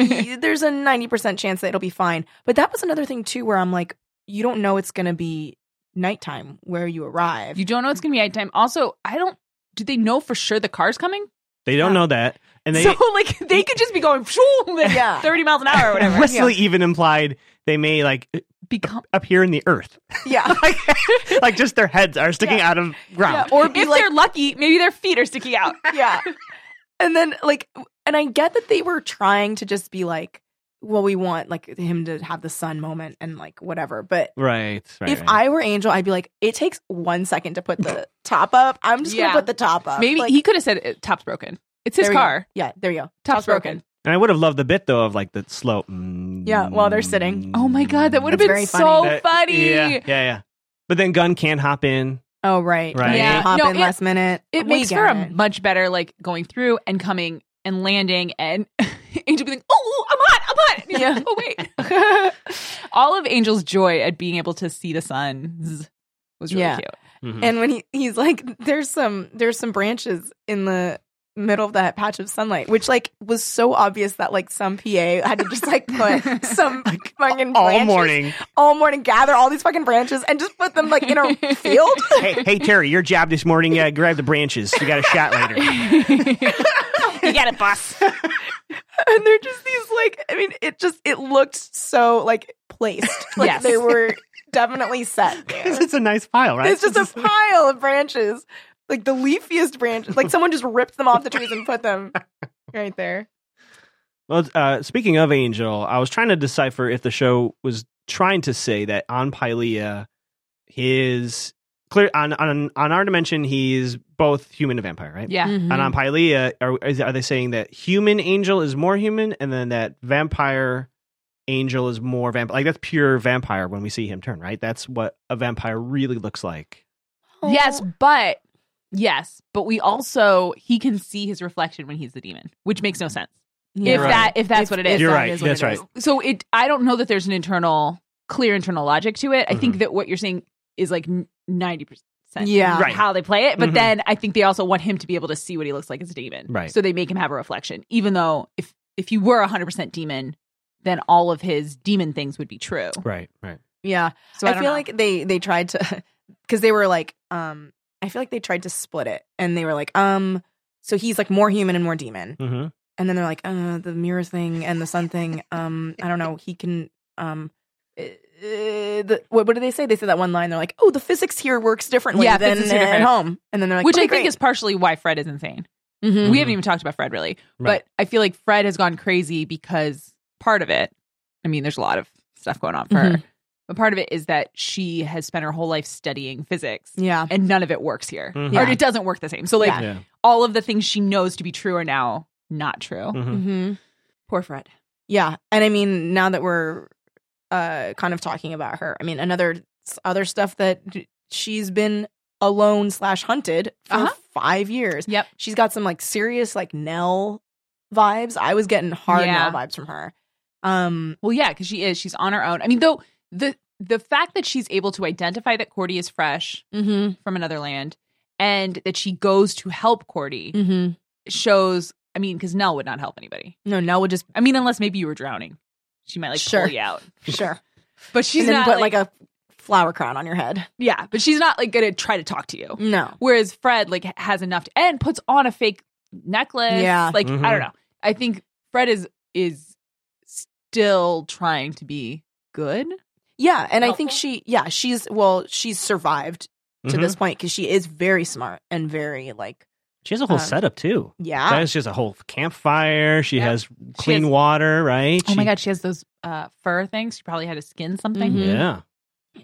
F: there's a 90% chance that it'll be fine. But that was another thing too where I'm like, you don't know it's going to be nighttime where you arrive.
D: You don't know it's gonna be nighttime. Also, I don't. Do they know for sure the car's coming?
E: they don't know that, and they
D: so like they could just be going
F: Yeah.
D: yeah. thirty miles an hour or whatever.
E: Wesley even implied they may like
D: Become
E: appear in the earth,
F: yeah.
E: like, like just their heads are sticking out of ground.
D: or if they're lucky, maybe their feet are sticking out.
F: yeah. And then like and I get that they were trying to just be like, well, we want like him to have the sun moment and like whatever. But
E: Right. right
F: if
E: right.
F: I were Angel, I'd be like, it takes one second to put the top up. I'm just
D: Yeah.
F: gonna put the top up.
D: Maybe
F: Like,
D: he could have said, uh, "Top's broken. It's his
F: there we go.
D: car.
F: Yeah, there you go.
D: Top's, broken.
E: and I would have loved the bit though of like the slow. mm,
F: Yeah, while they're sitting.
D: Oh my god, that would have
F: That's
D: been
F: very
D: so
F: funny.
D: funny.
E: That- Yeah, yeah, yeah. But then Gun can't hop in.
F: Oh right,
E: Right.
D: Yeah.
F: Hop
D: No,
F: in
D: it-
F: last minute.
D: It
F: We
D: makes
F: get
D: for a
F: it.
D: much better like going through and coming and landing and Angel being, oh, I'm hot, I'm hot. And he's like, oh wait. All of Angel's joy at being able to see the sun zzz, was really
F: Yeah.
D: cute.
E: Mhm.
F: And when he, he's like, there's some there's some branches in the middle of that patch of sunlight, which like was so obvious that like some PA had to just like put some fucking
E: all
F: branches-
E: morning.
F: all morning, gather all these fucking branches and just put them like in a field.
E: hey, hey, Terry, your job this morning. Yeah, grab the branches. You got a shot later.
D: You got it, boss.
F: and they're just these like i mean it just it looked so like placed like
D: Yes.
F: they were definitely set there.
E: it's a nice pile, right?
F: it's just a pile of branches like the leafiest branches like someone just ripped them off the trees and put them right there
E: Well, uh, speaking of Angel, I was trying to decipher if the show was trying to say that on Pylea, his clear on on on our dimension, he's both human and vampire, right?
D: Yeah.
F: Mm-hmm.
E: And on Pylea, are is- are they saying that human Angel is more human, and then that vampire Angel is more vampire? Like that's pure vampire when we see him turn, right? That's what a vampire really looks like.
D: Yes, but yes, but we also he can see his reflection when he's the demon, which makes no sense. if
E: right.
D: that if that's
F: If-
D: what it is.
F: if
E: You're
F: that
E: right.
F: is what
E: That's
F: it
E: right.
F: is.
D: so it i don't know that there's an internal clear internal logic to it i
E: Mm-hmm.
D: think that what you're saying is like n- 90%
F: Yeah.
E: Right.
D: how they play it but
E: Mhm.
D: then i think they also want him to be able to see what he looks like as a demon
E: Right.
D: so they make him have a reflection even though if if you were 100% demon then all of his demon things would be true
E: Right, right.
F: yeah
D: so i,
F: I,
D: don't
F: feel
D: know.
F: like they they tried to because they were like, um, I feel like they tried to split it, and they were like, um, so he's like more human and more demon,
E: Mm-hmm.
F: and then they're like, uh, the mirror thing and the sun thing, um, I don't know, he can, um. uh, uh, the, what, what did they say? They said that one line. They're like, "Oh, the physics here works differently
D: Yeah,
F: than
D: physics are
F: at
D: different.
F: home," and then they're like,
D: which i
F: "Okay,
D: think is partially why fred is mm-hmm. insane
F: great." Mhm.
D: we haven't even talked about Fred really,
E: Right.
D: but I feel like Fred has gone crazy because part of it, I mean, there's a lot of stuff going on for her, but part of it is that she has spent her whole life studying physics
F: yeah,
D: and none of it works here
E: Mhm.
D: or
F: Mm-hmm. Yeah.
D: it doesn't work the same. So, like,
F: Yeah.
E: Yeah.
D: all of the things she knows to be true are now not true.
E: Mm-hmm.
F: hmm
D: Poor Fred.
F: yeah." And I mean, now that we're uh, kind of talking about her, I mean, another other stuff that d- she's been alone slash hunted for
D: Uh-huh.
F: five years.
D: Yep.
F: she's got some like serious like Nell vibes. I was getting hard
D: Yeah.
F: Nell vibes from her. Um,
D: Well, yeah, because she is. She's on her own. I mean, though, the, the fact that she's able to identify that Cordy is fresh
F: mm-hmm,
D: from another land and that she goes to help Cordy
F: mm-hmm.
D: shows, I mean, because Nell would not help anybody.
F: no, Nell would just
D: I mean, unless maybe you were drowning, she might like
F: Sure.
D: pull you out.
F: sure.
D: But she's
F: and then
D: not
F: put like, a flower crown on your head.
D: yeah, but she's not like gonna try to talk to you.
F: No,
D: Whereas Fred like has enough to, and puts on a fake necklace.
F: Yeah.
D: like
E: Mhm.
D: I don't know. I think Fred is is still trying to be good.
F: yeah, and I think
D: Helpful.
F: she, yeah, she's well, she's survived
E: Mm-hmm.
F: to
D: Mm-hmm.
F: this point because she is very smart and very like,
E: She has a whole
F: Um,
E: setup too.
F: yeah,
E: That's just a whole campfire. She
D: Ah. Yeah.
E: has clean
D: has-
E: water, right?
D: Oh my
E: She-
D: god, Mm-hmm. she has those uh fur things. She probably had to skin something.
F: Mhm.
E: Yeah,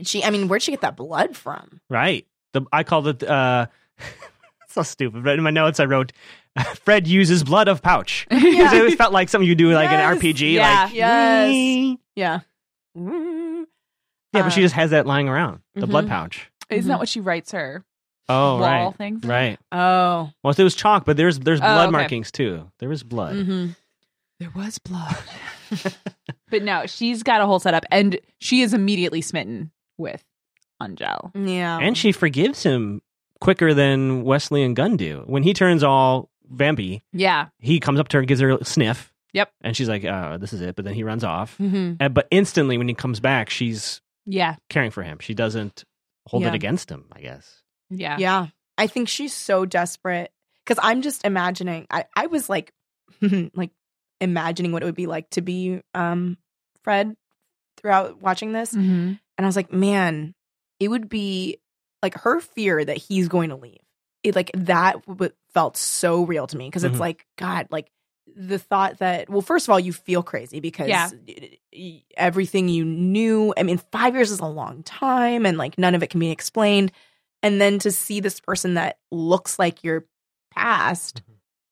F: she. I mean, where'd she get that blood from?
E: right. The I called it uh so stupid, but in my notes I wrote Fred uses blood of pouch. 'Cause it always felt like something you do like in
F: Yes.
E: an RPG.
D: Yeah.
E: Like,
F: Yes.
E: "Wee."
F: Yeah, Mm.
E: Yeah, but she
F: Um,
D: Uh.
E: just has that lying around the blood
F: mhm.
E: pouch.
D: Isn't that what she writes her
E: Oh,
D: Mm-hmm. wall
E: right,
D: thing?
E: right.
F: Oh.
E: Well, it was chalk, but there's there's
D: Oh,
E: blood
D: okay.
E: markings too. There was blood.
F: Mm-hmm.
D: There was blood. but no, she's got a whole setup and she is immediately smitten with Angel.
F: Yeah.
E: and she forgives him quicker than Wesley and Gunn do. When he turns all vampy,
D: Yeah.
E: he comes up to her and gives her a sniff.
D: Yep. Mm-hmm.
E: And she's like, uh, "This is it." But then he runs off.
F: Mhm.
E: And, but instantly, when he comes back, she's
D: Yeah.
E: caring for him. She doesn't hold
F: Yeah.
E: it against him. I guess.
D: Yeah.
F: Yeah. I think she's so desperate because I'm just imagining. I, I was like, like imagining what it would be like to be um Fred throughout watching this,
D: Mhm.
F: and I was like, man, it would be like her fear that he's going to leave. It like that w- felt so real to me because
E: Mhm.
F: it's like God, like the thought that well, first of all, you feel crazy because
D: Yeah.
F: y- everything you knew. I mean, five years is a long time, and like none of it can be explained. And then to see this person that looks like your past,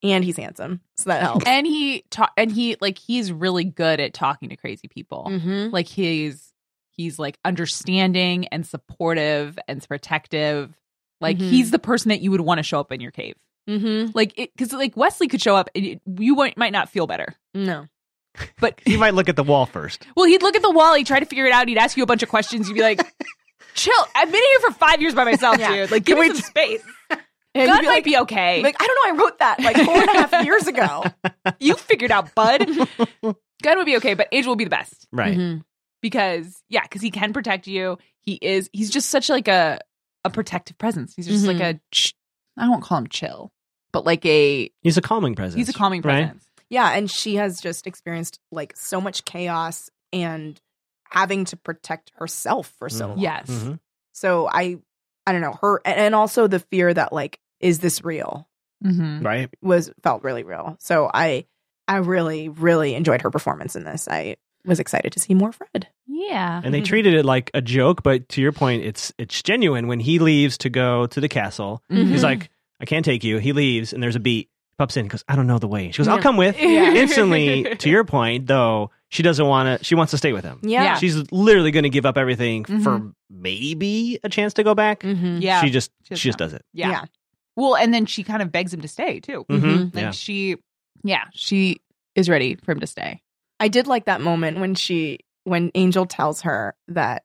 F: and he's handsome, so that helps.
D: And he ta- and he like he's really good at talking to crazy people.
F: Mm-hmm.
D: Like he's he's like understanding and supportive and protective. Like
F: Mhm.
D: he's the person that you would want to show up in your cave.
F: Mm-hmm.
D: Like it cuz like Wesley could show up and it- you might might not feel better.
F: No.
D: But
E: You might look at the wall first.
D: Well, he'd look at the wall, he'd try to figure it out, he'd ask you a bunch of questions, you'd be like, chill, I've been here for five years by myself,
F: Yeah.
D: dude. Like, give
F: Can
D: me
F: we
D: some space.
F: And
D: God
F: you'd
D: might
F: be like,
D: be okay.
F: like, I don't know. I wrote that like four and a half years ago.
D: you figured out, bud. God would be okay, but Angel will be the best.
E: Right.
D: Because, yeah, because he can protect you. He is, he's just such like a, a protective presence. He's just like a, ch- I won't call him chill, but like a,
E: He's a calming presence.
D: he's a calming
E: right?
D: presence.
F: Yeah, and she has just experienced like so much chaos and having to protect herself for so
E: Mhm.
F: long.
D: Yes.
E: Mhm.
F: So I I don't know, her and- and also the fear that like is this real
D: Mm-hmm.
E: Right.
F: was felt really real. So I I really really enjoyed her performance in this. I was excited to see more Fred.
D: Yeah.
E: And they treated it like a joke, but to your point, it's it's genuine. When he leaves to go to the castle, he's
D: Mm-hmm.
F: Mhm.
E: like, "I can't take you." He leaves, and there's a beat. Pops in, and goes, "I don't know the way." She goes, "I'll
F: Yeah.
E: come with."
D: Yeah.
E: Instantly, to your point, though, she doesn't want to. She wants to stay with him.
D: Yeah. Mm-hmm.
E: She's literally going to give up everything for maybe a chance to go back.
F: Mm-hmm.
D: Mm, yeah.
E: She just she,
D: She doesn't
E: just does it.
D: yeah.
F: yeah.
D: Well, and then she kind of begs him to stay too.
E: Mhm.
D: Oh, mm-hmm. Like
E: Yeah.
D: she, yeah, she is ready for him to stay.
F: I did like that moment when she when Angel tells her that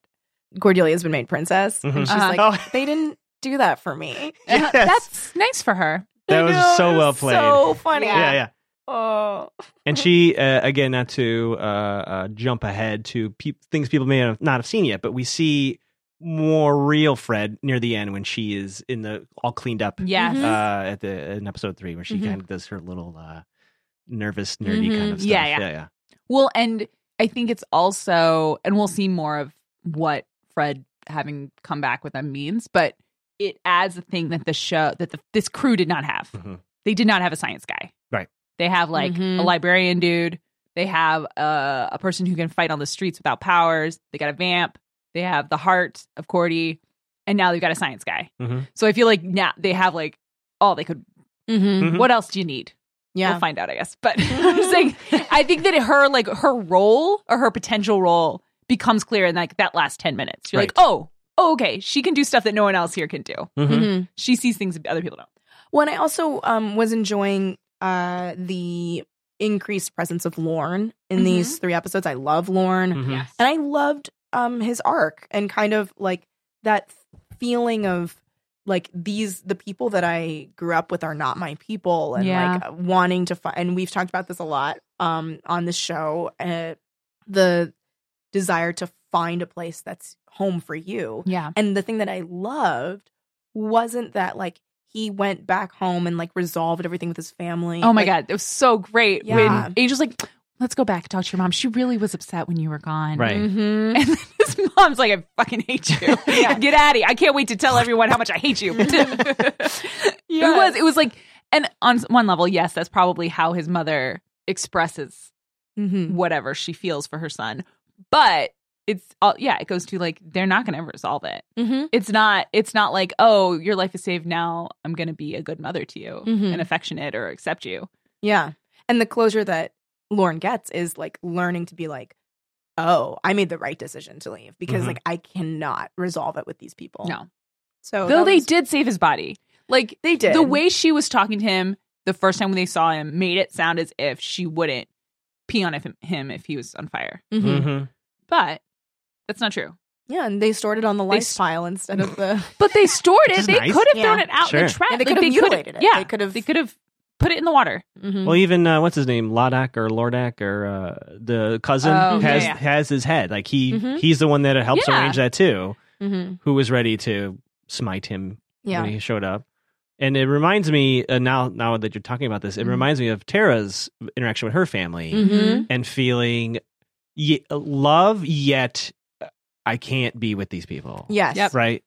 F: Cordelia's been made princess
E: Mhm.
F: and she's
D: Uh-huh.
F: like
E: Oh.
F: they didn't do that for me.
D: And
E: Yes.
D: Uh, That's nice for her.
E: That
F: I
E: was
F: know,
E: so
F: it
E: well played.
F: So funny.
E: yeah, yeah.
F: Oh.
E: And she, uh, again, not to uh, uh, jump ahead to peop things people may have not have seen yet, but we see more real Fred near the end when she is in the all cleaned up
D: Yes.
E: uh, at the in episode three, where she
D: Mm-hmm.
F: Mhm.
E: kind of does her little uh, nervous, nerdy kind
F: Mhm.
E: of stuff.
D: Yeah, yeah.
E: yeah.
D: Well, and I think it's also, and we'll see more of what Fred having come back with them means, but it adds a thing that the show that the, this crew did not have.
E: Mhm.
D: They did not have a science guy.
E: Right.
D: They have like a
F: Mhm.
D: librarian dude. They have uh, a, a person who can fight on the streets without powers. They got a vamp. They have the heart of Cordy, and now they've got a science guy.
E: Mhm.
D: So I feel like now they have like all they could.
F: Mm-hmm.
E: Mhm.
D: What else do you need?
F: Yeah.
D: We'll find out, I guess. But I'm just saying, I think that her like her role or her potential role becomes clear in like that last ten minutes. You're like, oh, oh, okay, she can do stuff that no one else here can do.
E: Mhm.
F: Mhm.
D: She sees things that other people don't.
F: Well, and I also um, was enjoying uh, the increased presence of Lorne in
D: Mhm.
F: these three episodes. I love Lorne,
E: Mhm.
D: Yes.
F: and I loved um, his arc and kind of like that feeling of like these the people that I grew up with are not my people, and
D: Yeah.
F: like wanting to find. And we've talked about this a lot um, on the show. Uh, the desire to find a place that's home for you,
D: Yeah.
F: and the thing that I loved wasn't that like he went back home and like resolved everything with his family.
D: Oh my
F: Like,
D: god, it was so great
F: Yeah.
D: when Angel's like, let's go back and talk to your mom. She really was upset when you were gone.
E: Right.
F: mhm.
D: And then his mom's like, I fucking hate you.
F: Yeah.
D: Get out of here. I can't wait to tell everyone how much I hate you. It was. It was like, and on one level, yes, that's probably how his mother expresses
G: Mm.
F: Mhm.
D: whatever she feels for her son. But it's all yeah, it goes to like they're not going to resolve it.
G: Mm.
F: Mhm.
D: It's not it's not like, "Oh, your life is saved now. I'm going to be a good mother to you
G: Mm-hmm.
F: Mhm.
D: and affectionate or accept you."
F: Yeah. And the closure that Lauren gets is like learning to be like, oh, I made the right decision to leave because
A: Mhm.
F: like I cannot resolve it with these people.
D: Mm-hmm. No.
F: So
D: Though
F: that
D: they
F: was-
D: did save his body. Like
F: They did.
D: the way she was talking to him the first time when they saw him made it sound as if she wouldn't pee on him- him if he was on fire.
F: Mhm.
E: Mhm.
D: But that's not true.
F: Yeah, and they stored it on the
D: They
F: life
D: s-
F: pile instead of the
D: But they stored
E: Which
D: it.
E: is
D: They
E: nice.
D: could have thrown
F: Yeah.
D: it out in
E: Sure.
D: the trash.
F: Yeah, they could have
D: like,
F: mutilated it.
D: Yeah,
F: They could have
D: they could have put it in the water.
E: Well, even uh, what's his name, Ladak or Lordak or uh, the cousin
D: Oh,
E: has
D: yeah, yeah.
E: has his head. Like he
F: Mhm.
E: he's the one that helps
D: Yeah. Mm-hmm.
E: arrange that too.
F: Mhm.
E: Who was ready to smite him
F: Yeah.
E: when he showed up. And it reminds me uh, now now that you're talking about this, it
D: Mhm.
E: reminds me of Tara's interaction with her family
D: Mm-hmm.
F: Mhm.
E: and feeling ye- love, yet uh, I can't be with these people.
F: Yes.
D: Yep.
E: Right.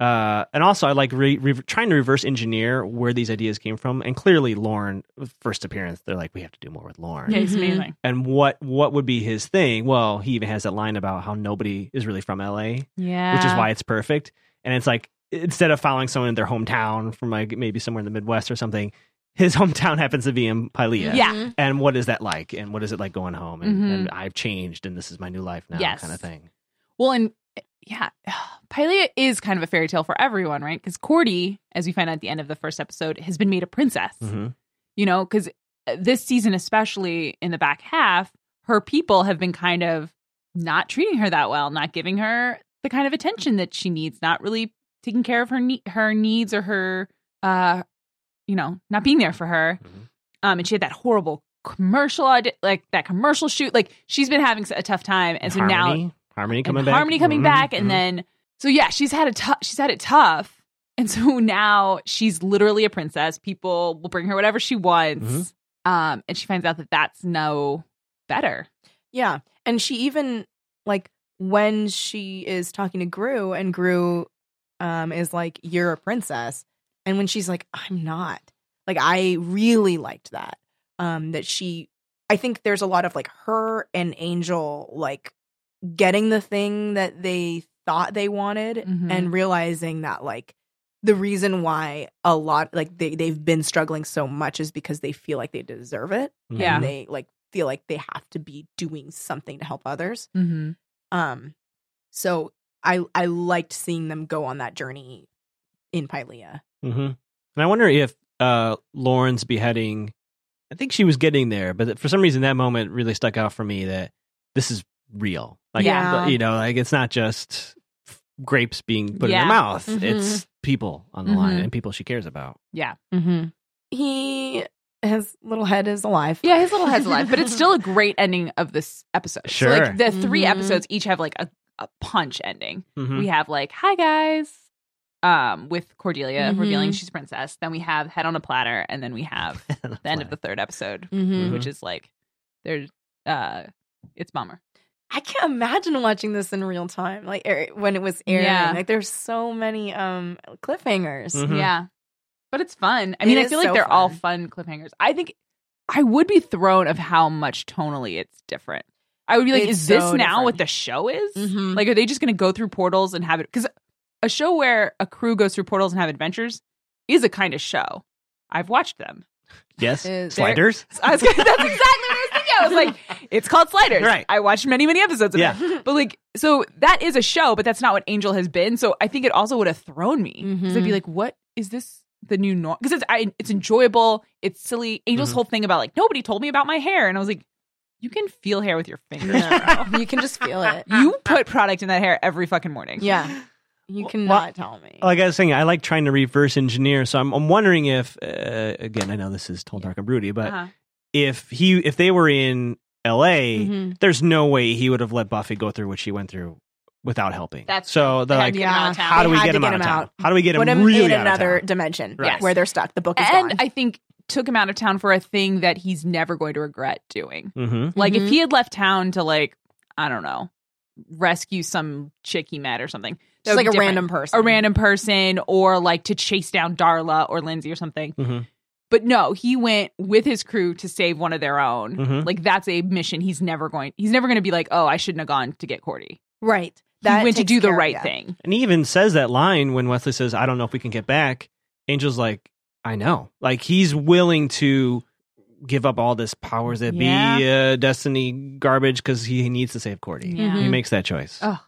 E: Uh, and also, I like re- re- trying to reverse engineer where these ideas came from. And clearly, Lorne first appearance, they're like, we have to do more with Lorne.
D: Yeah, it's
F: Mhm.
D: amazing.
E: And what what would be his thing? Well, he even has that line about how nobody is really from LA
D: Yeah,
E: which is why it's perfect. And it's like instead of following someone in their hometown from like maybe somewhere in the Midwest or something, his hometown happens to be in Pailia.
D: Yeah.
F: Mhm.
E: And what is that like? And what is it like going home? And,
D: Mhm.
E: and I've changed, and this is my new life now,
D: Yes.
E: kind of thing.
D: Well, and uh, yeah, Pylea is kind of a fairy tale for everyone, right? Because Cordy, as we find out at the end of the first episode, has been made a princess.
G: Mm-hmm.
E: Mhm.
D: You know, because this season, especially in the back half, her people have been kind of not treating her that well, not giving her the kind of attention that she needs, not really taking care of her ne- her needs or her, uh, you know, not being there for her.
E: Mhm.
D: Um, and she had that horrible commercial audit, like that commercial shoot. Like she's been having a tough time, and so now
E: Harmony, Harmony coming
D: and
E: back,
D: Harmony coming
E: Mhm.
D: back, and
E: Mhm.
D: then so yeah, she's had a tough. She's had it tough, and so now she's literally a princess. People will bring her whatever she wants,
E: Mhm.
D: um, and she finds out that that's no better.
F: Yeah. And she even like when she is talking to Gru and Gru um is like, You're a princess. And when she's like, I'm not. Like I really liked that. Um that she I think there's a lot of like her and Angel like getting the thing that they thought they wanted
D: Mhm.
F: and realizing that like the reason why a lot like they, they've been struggling so much is because they feel like they deserve it
E: Mhm.
D: Yeah.
F: and they like feel like they have to be doing something to help others
D: Mm-hmm.
F: um so i i liked seeing them go on that journey in pylea
E: Mm-hmm. And I wonder if uh, Lauren's beheading, I think she was getting there, but for some reason that moment really stuck out for me that this is real. Like,
F: Yeah.
E: you know, like it's not just f- grapes being put in
D: Yeah. Mm-hmm.
E: her mouth,
F: Mhm.
E: it's people on the line
D: Mhm.
E: and people she cares about.
F: mm-hmm. he his little head is alive
D: Yeah, his little head's alive, but it's still a great ending of this episode. So,
E: Sure.
D: like the 3
F: Mhm.
D: episodes each have like a, a punch ending.
E: Mhm.
D: We have like "Hi guys," um, with Cordelia
F: Mhm.
D: revealing she's a princess. Then we have "Head on a Platter," and then we have the end of the third episode,
F: mm-hmm.
E: Mhm.
D: which is like there's uh it's bummer.
F: i can't imagine watching this in real time like air, when it was airing
D: Yeah.
F: like there's so many um cliffhangers
E: Mhm.
D: Yeah. But it's fun. I
F: It
D: mean, I
F: is
D: feel like
F: so
D: they're all
F: fun.
D: fun cliffhangers. I think I would be thrown of how much tonally it's different. I would be like,
F: It's
D: is this
F: so
D: now
F: different.
D: what the show is?
E: Mm-hmm.
F: Mhm.
D: Like, are they just going to go through portals and have it? Because a show where a crew goes through portals and have adventures is a kind of show. I've watched them.
E: Yes.
F: Uh,
E: Sliders?
D: So I was gonna, that's exactly what I was thinking. I was like, it's called Sliders.
E: Right.
D: I watched many, many episodes of
E: Yeah.
D: it. But like, so that is a show, but that's not what Angel has been. So I think it also would have thrown me. Because I'd
F: Mhm.
D: be like, what is this the new norm? Because it's, I- it's enjoyable. It's silly. Angel's
E: Mhm.
D: whole thing about like, nobody told me about my hair. And I was like, you can feel hair with your fingers.
F: Yeah. Oh, you can just feel it
D: you put product in that hair every fucking morning.
F: yeah you
E: Well,
F: cannot tell me
E: Like I was saying, I like trying to reverse engineer. So I'm, I'm wondering if, uh, again, I know this is Tall, Dark, and Broody, but
D: Uh-huh.
E: if he if they were in L.A.,
F: Mhm.
E: there's no way he would have let Buffy go through what she went through without helping.
D: That's
E: so they're
D: They had
E: like,
D: to get him out of
F: Yeah.
D: town.
E: how do
F: They
E: we
F: had
E: get
F: to
E: him out
F: get
E: of
F: him
E: town?
F: out.
E: How do we get
F: put
E: him
F: him
E: really
F: in
E: out of
F: another
E: town?
F: dimension
E: Right.
F: where they're stuck. The book is
D: and
F: gone.
D: I think took him out of town for a thing that he's never going to regret doing.
E: Mm-hmm.
D: Like
F: Mhm.
D: if he had left town to like I don't know rescue some chick he met or something, that
F: Just
D: would
F: like
D: be
F: a
D: different.
F: random person.
D: a random person or like to chase down Darla or Lindsay or something.
E: Mhm.
D: But no, he went with his crew to save one of their own.
E: Mhm.
D: Like that's a mission he's never going. He's never going to be like, oh, I shouldn't have gone to get Cordy.
F: Right.
D: he went to
F: takes
D: do the
F: care of-
D: right
F: yeah.
D: thing.
E: And he even says that line when Wesley says, "I don't know if we can get back." Angel's like, "I know." Like he's willing to give up all this powers that be
D: Yeah.
E: uh, destiny garbage because he needs to save Cordy.
D: Yeah.
E: He makes that choice.
D: Oh.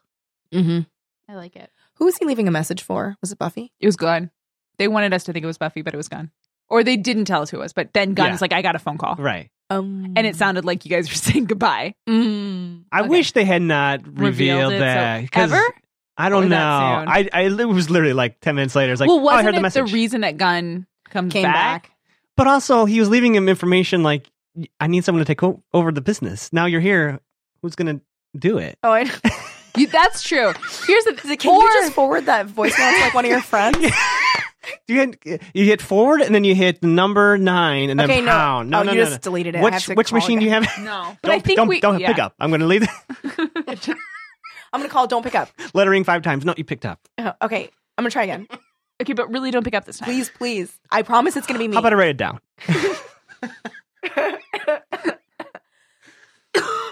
F: Mm-hmm.
G: I like it.
F: Who was he leaving a message for? Was it Buffy?
D: It was Gunn. They wanted us to think it was Buffy, but it was Gunn. Or they didn't tell us who it was, but then Gunn
E: Yeah.
D: was like, I got a phone call.
E: Right.
F: Um,
D: And it sounded like you guys were saying goodbye.
F: Mm.
E: I
D: Mm-hmm. Okay.
E: wish they had not
D: Revealed
E: revealed,
D: it, so-
E: that. 'cause
D: Ever?
E: I don't
D: Or
E: know.
D: that soon?
E: I, I it was literally like ten minutes later. It's like
D: well,
E: oh, I
D: wasn't
E: heard the
D: it the,
E: message.
D: reason that Gunn comes
F: Came
D: back?
F: back.
E: but also, he was leaving him information like I need someone to take o- over the business. Now you're here. Who's gonna do it?
F: Oh, I,
D: You- that's true. Here's the thing.
F: can you just forward that voicemail to like one of your friends?
E: You hit you hit forward and then you hit the number nine and
F: okay,
E: then
F: no.
E: pound.
F: oh,
E: no,
F: you
E: no,
F: just deleted it.
E: no.
F: I
E: Which
F: have to
E: which
F: call
E: machine do
F: again.
E: you have?
D: No. But
E: don't
D: I think
E: don't,
D: we
E: don't
D: yeah.
E: pick up. I'm gonna leave
F: I'm gonna call. Don't pick up.
E: lettering five times. No, you picked up.
F: Oh, okay, I'm gonna try again.
D: Okay, but really don't pick up this time.
F: Please, please. I promise it's gonna be me.
E: How about I write it down?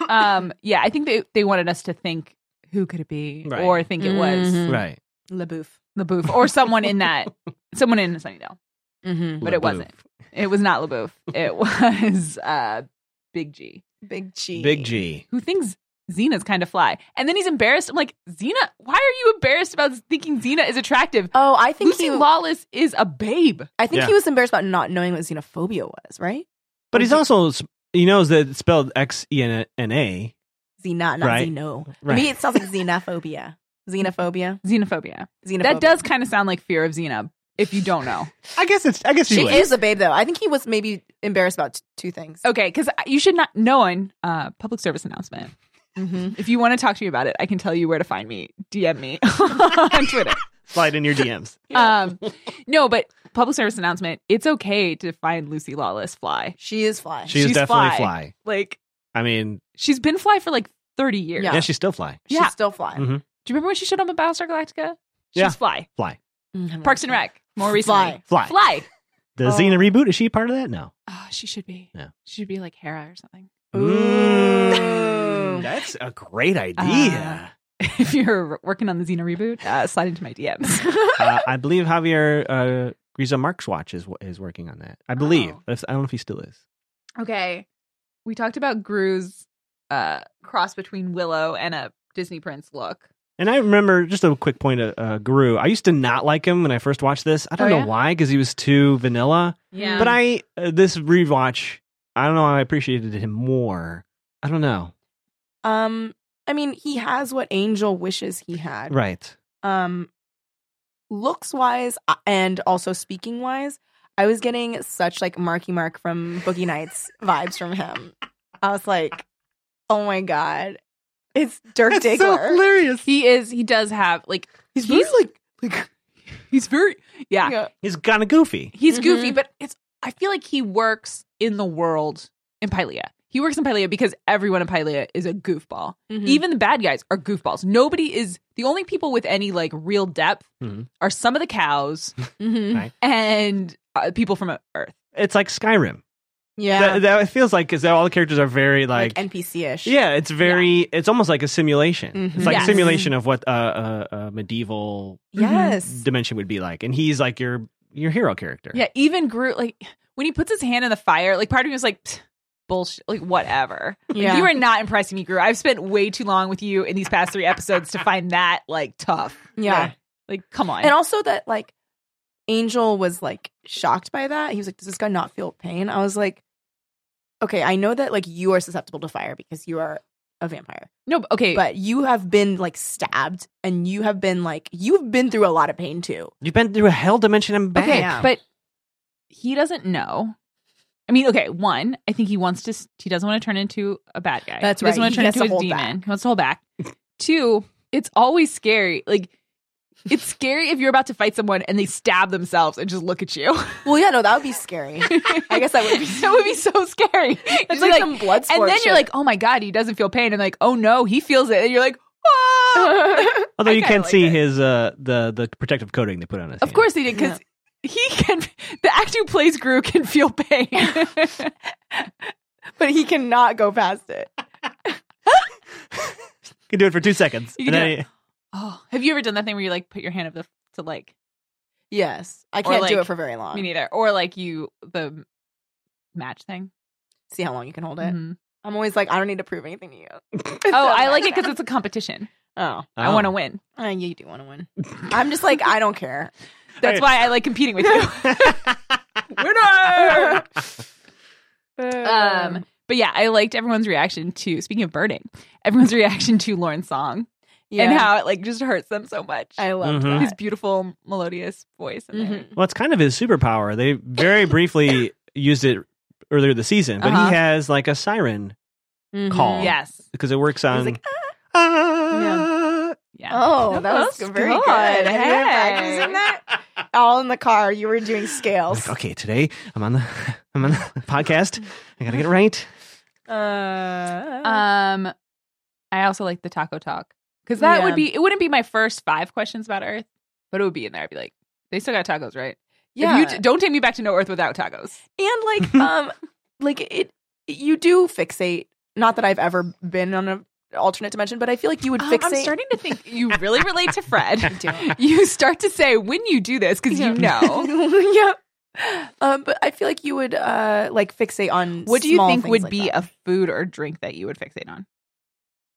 D: Um, yeah, I think they, they wanted us to think who could it be
E: Right.
D: or think it was
E: Right.
F: LaBouffe?
D: LaBouffe or someone in that, someone in Sunnydale.
F: Mm-hmm.
D: But it
E: LaBouffe.
D: wasn't. It was not LaBouffe. It was uh, Big G.
F: Big G.
E: Big G.
D: who thinks Xena's kind of fly. And then he's embarrassed. I'm like, Xena, why are you embarrassed about thinking Xena is attractive?
F: Oh, I think
D: Lucy
F: he.
D: Lawless is a babe.
F: I think
E: Yeah.
F: he was embarrassed about not knowing what xenophobia was. Right?
E: But he's also he knows that it's spelled X E N N A.
F: Xena, not
E: Right.
F: xeno.
E: Right.
F: To me, it sounds like xenophobia. Xenophobia.
D: Xenophobia.
F: Xenophobia.
D: That does kind of sound like fear of Xena, if you don't know.
E: I guess it's. I guess you
F: She
E: would.
F: is a babe, though. I think he was maybe embarrassed about t- two things.
D: Okay, because you should not know an uh, public service announcement.
F: Mm-hmm.
D: If you want to talk to me about it, I can tell you where to find me. DM me on Twitter.
E: Slide in your DMs.
D: Um, no, but public service announcement. It's okay to find Lucy Lawless fly.
F: She is fly.
E: She is
D: She's
E: definitely
D: fly.
E: fly.
D: Like
E: I mean,
D: she's been fly for like thirty years.
E: yeah.
F: Yeah.
E: she's still fly.
F: She's
D: yeah.
F: still fly.
E: Mhm.
D: Do you remember when she showed up in Battlestar Galactica? She's
E: Yeah.
D: fly.
E: Fly. Mm-hmm.
F: Mhm.
D: Parks and Rec. More recently.
E: Fly.
D: Oh Fly.
E: The Xena reboot is she part of that? No.
D: Oh, she should be.
E: Yeah.
D: She should be like Hera or something.
E: Mm, that's a great idea.
D: if you're working on the Xena reboot, uh, slide into my DMs.
E: Uh, I believe Javier uh, Grisa Markswatch is is working on that. I believe.
D: Oh.
E: But I don't know if he still is.
D: okay. We talked about Gru's uh, cross between Willow and a Disney prince look.
E: And I remember just a quick point. Uh, uh, Guru. I used to not like him when I first watched this. I don't
D: Oh,
E: know
D: yeah?
E: why, because he was too vanilla.
D: Yeah.
E: But I uh, this rewatch, I don't know. I appreciated him more. I don't know.
F: Um, I mean, he has what Angel wishes he had.
E: Right.
F: Um, looks wise uh, and also speaking wise, I was getting such like Marky Mark from Boogie Nights vibes from him. I was like, oh my god, it's Dirk Diggler.
E: hilarious.
D: he is, he does have, like,
F: he's,
D: he's-
F: really, like, like
D: he's very, yeah.
F: yeah.
E: He's kind of goofy.
D: He's
F: Mhm.
D: goofy, but it's I feel like he works in the world in Pylea. He works in Pylea because everyone in Pylea is a goofball.
F: Mhm.
D: Even the bad guys are goofballs. Nobody is the only people with any like real depth
E: Mhm.
D: are some of the cows
F: Mhm.
E: Right.
D: and uh, people from Earth.
E: It's like Skyrim.
F: yeah,
E: That, that it feels like because all the characters are very like,
F: like, NPC ish.
E: yeah, it's very it's almost like a simulation. It's
F: Mhm.
E: like
D: Mm-hmm. Yes.
E: a simulation of what a uh, uh, uh, medieval
F: Yes.
E: dimension would be like, and he's like your your hero character.
D: Yeah, even Groot like when he puts his hand in the fire, like part of me was like "Pfft, bullshit, like whatever. Like,
F: Yeah.
D: you are not impressing me, Groot. I've spent way too long with you in these past 3 episodes to find that like tough.
F: yeah.
D: Like come on.
F: And also that like Angel was like shocked by that. He was like, Does this guy not feel pain? I was like, Okay, I know that like you are susceptible to fire because you are a vampire.
D: no, but- okay.
F: But you have been like stabbed and you have been like you've been through a lot of pain too.
E: You've been through a hell dimension and back.
D: Okay,
F: Yeah.
D: but he doesn't know. I mean, okay, one, I think he wants to. s- He doesn't want to turn into a bad guy.
F: That's
D: he Doesn't
F: right.
D: want
F: He
D: to turn
F: has to
D: into a
F: hold
D: demon.
F: back.
D: He wants to hold back. Two, it's always scary. Like. It's scary if you're about to fight someone and they stab themselves and just look at you.
F: Well, yeah, no, that would be scary. I guess that would be
D: that would be so scary.
F: It's
D: It's
F: like,
D: like,
F: some blood
D: and
F: sport
D: then
F: shit.
D: you're like, oh my god, he doesn't feel pain. And like, oh no, he feels it. And you're like, oh.
E: Although
D: I
E: you
D: kinda
E: can't
D: like
E: see
D: it.
E: his uh the the protective coating they put on his.
D: Of
E: hand.
D: course they did, because he can. The act who plays Gru can feel pain.
F: but he cannot go past it.
E: you can do it for two seconds.
D: You
E: and
D: can
E: then
D: do
E: he-
D: oh, have you ever done that thing where you like put your hand up the, to like
F: Yes. I can't
D: like-
F: do it for very long.
D: me neither, or like you the match thing?
F: see how long you can hold it.
D: Mhm.
F: I'm always like, I don't need to prove anything to you. oh,
D: Oh, I like it because it's a competition.
F: oh,
D: I want to
E: Oh.
D: win.
F: uh, you do want to win. I'm just like, I don't care.
D: That's
E: Hey.
D: why I like competing with you.
F: Winner. Uh.
D: um, but yeah, I liked everyone's reaction to speaking of birding, everyone's reaction to Lauren's song
F: yeah,
D: and how it like just hurts them so much.
F: I loved
E: Mhm.
D: His
F: that.
D: beautiful melodious voice. in there.
F: Mhm.
E: Well, it's kind of his superpower. They very briefly used it earlier this season, but
D: Uh-huh.
E: he has like a siren
F: Mhm.
E: call.
D: Yes.
E: because it works on.
F: like,
E: ah.
D: Yeah.
F: Oh, that was
D: That was
F: very
D: good.
F: good. Have you been
D: Hey.
F: practicing that? All in the car. You were doing scales.
E: Like, okay, today I'm on the I'm on the podcast. I gotta get it right.
F: Uh,
D: Um, I also like the taco talk because that
F: Yeah.
D: would be it. Wouldn't be my first five questions about Earth, but it would be in there. I'd be like, they still got tacos, right? If
F: yeah.
D: you t- don't take me back to no Earth without tacos.
F: and like um like it you do fixate not that i've ever been on an alternate dimension but i feel like you would
D: Um,
F: fixate
D: I'm starting to think you really relate to Fred. You start to say when you do this because you know.
F: yeah um but i feel like you would uh like fixate on
D: What do you
F: small
D: think
F: things
D: would
F: like
D: be
F: that.
D: a food or drink that you would fixate on?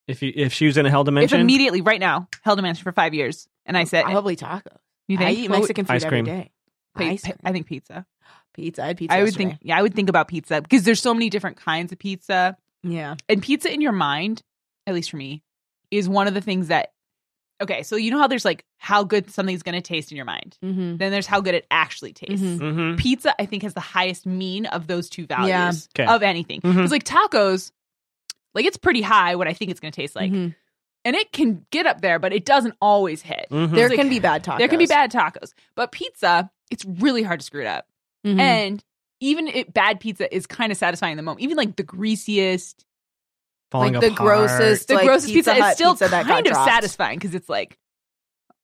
E: If you if she was in a hell
D: If
E: dimension,
D: immediately right now held a mansion for five years and I said,
F: probably tacos
D: you
F: Oh, i
D: think
F: eat
D: Well,
F: mexican food
E: Ice cream.
F: every day
D: pi-
F: ice
D: pi-
F: cream.
D: I think pizza.
F: pizza i had pizza
D: I would
F: yesterday.
D: think yeah, I would think about pizza because there's so many different kinds of pizza.
F: yeah
D: and pizza in your mind, at least for me, is one of the things that okay, so you know how there's like how good something's gonna taste in your mind.
F: mm-hmm.
D: Then there's how good it actually tastes.
F: Mhm.
E: Mhm.
D: Pizza, I think, has the highest mean of those two values
F: Yeah.
E: Okay.
D: of anything.
E: Mhm.
D: It's like tacos, like it's pretty high what I think it's gonna taste like. And it can get up there, but it doesn't always hit.
E: Mhm.
F: there
D: It's like-
F: can be bad tacos
D: There can be bad tacos. But pizza, it's really hard to screw it up.
F: Mhm.
D: And even it, bad pizza is kind of satisfying in the moment. Even like the greasiest,
E: Falling
F: like the
E: apart.
F: grossest-
D: the
F: like
D: grossest pizza,
F: Pizza
D: is
F: Hut
D: still
F: pizza that got
D: kind of
F: dropped.
D: satisfying because it's like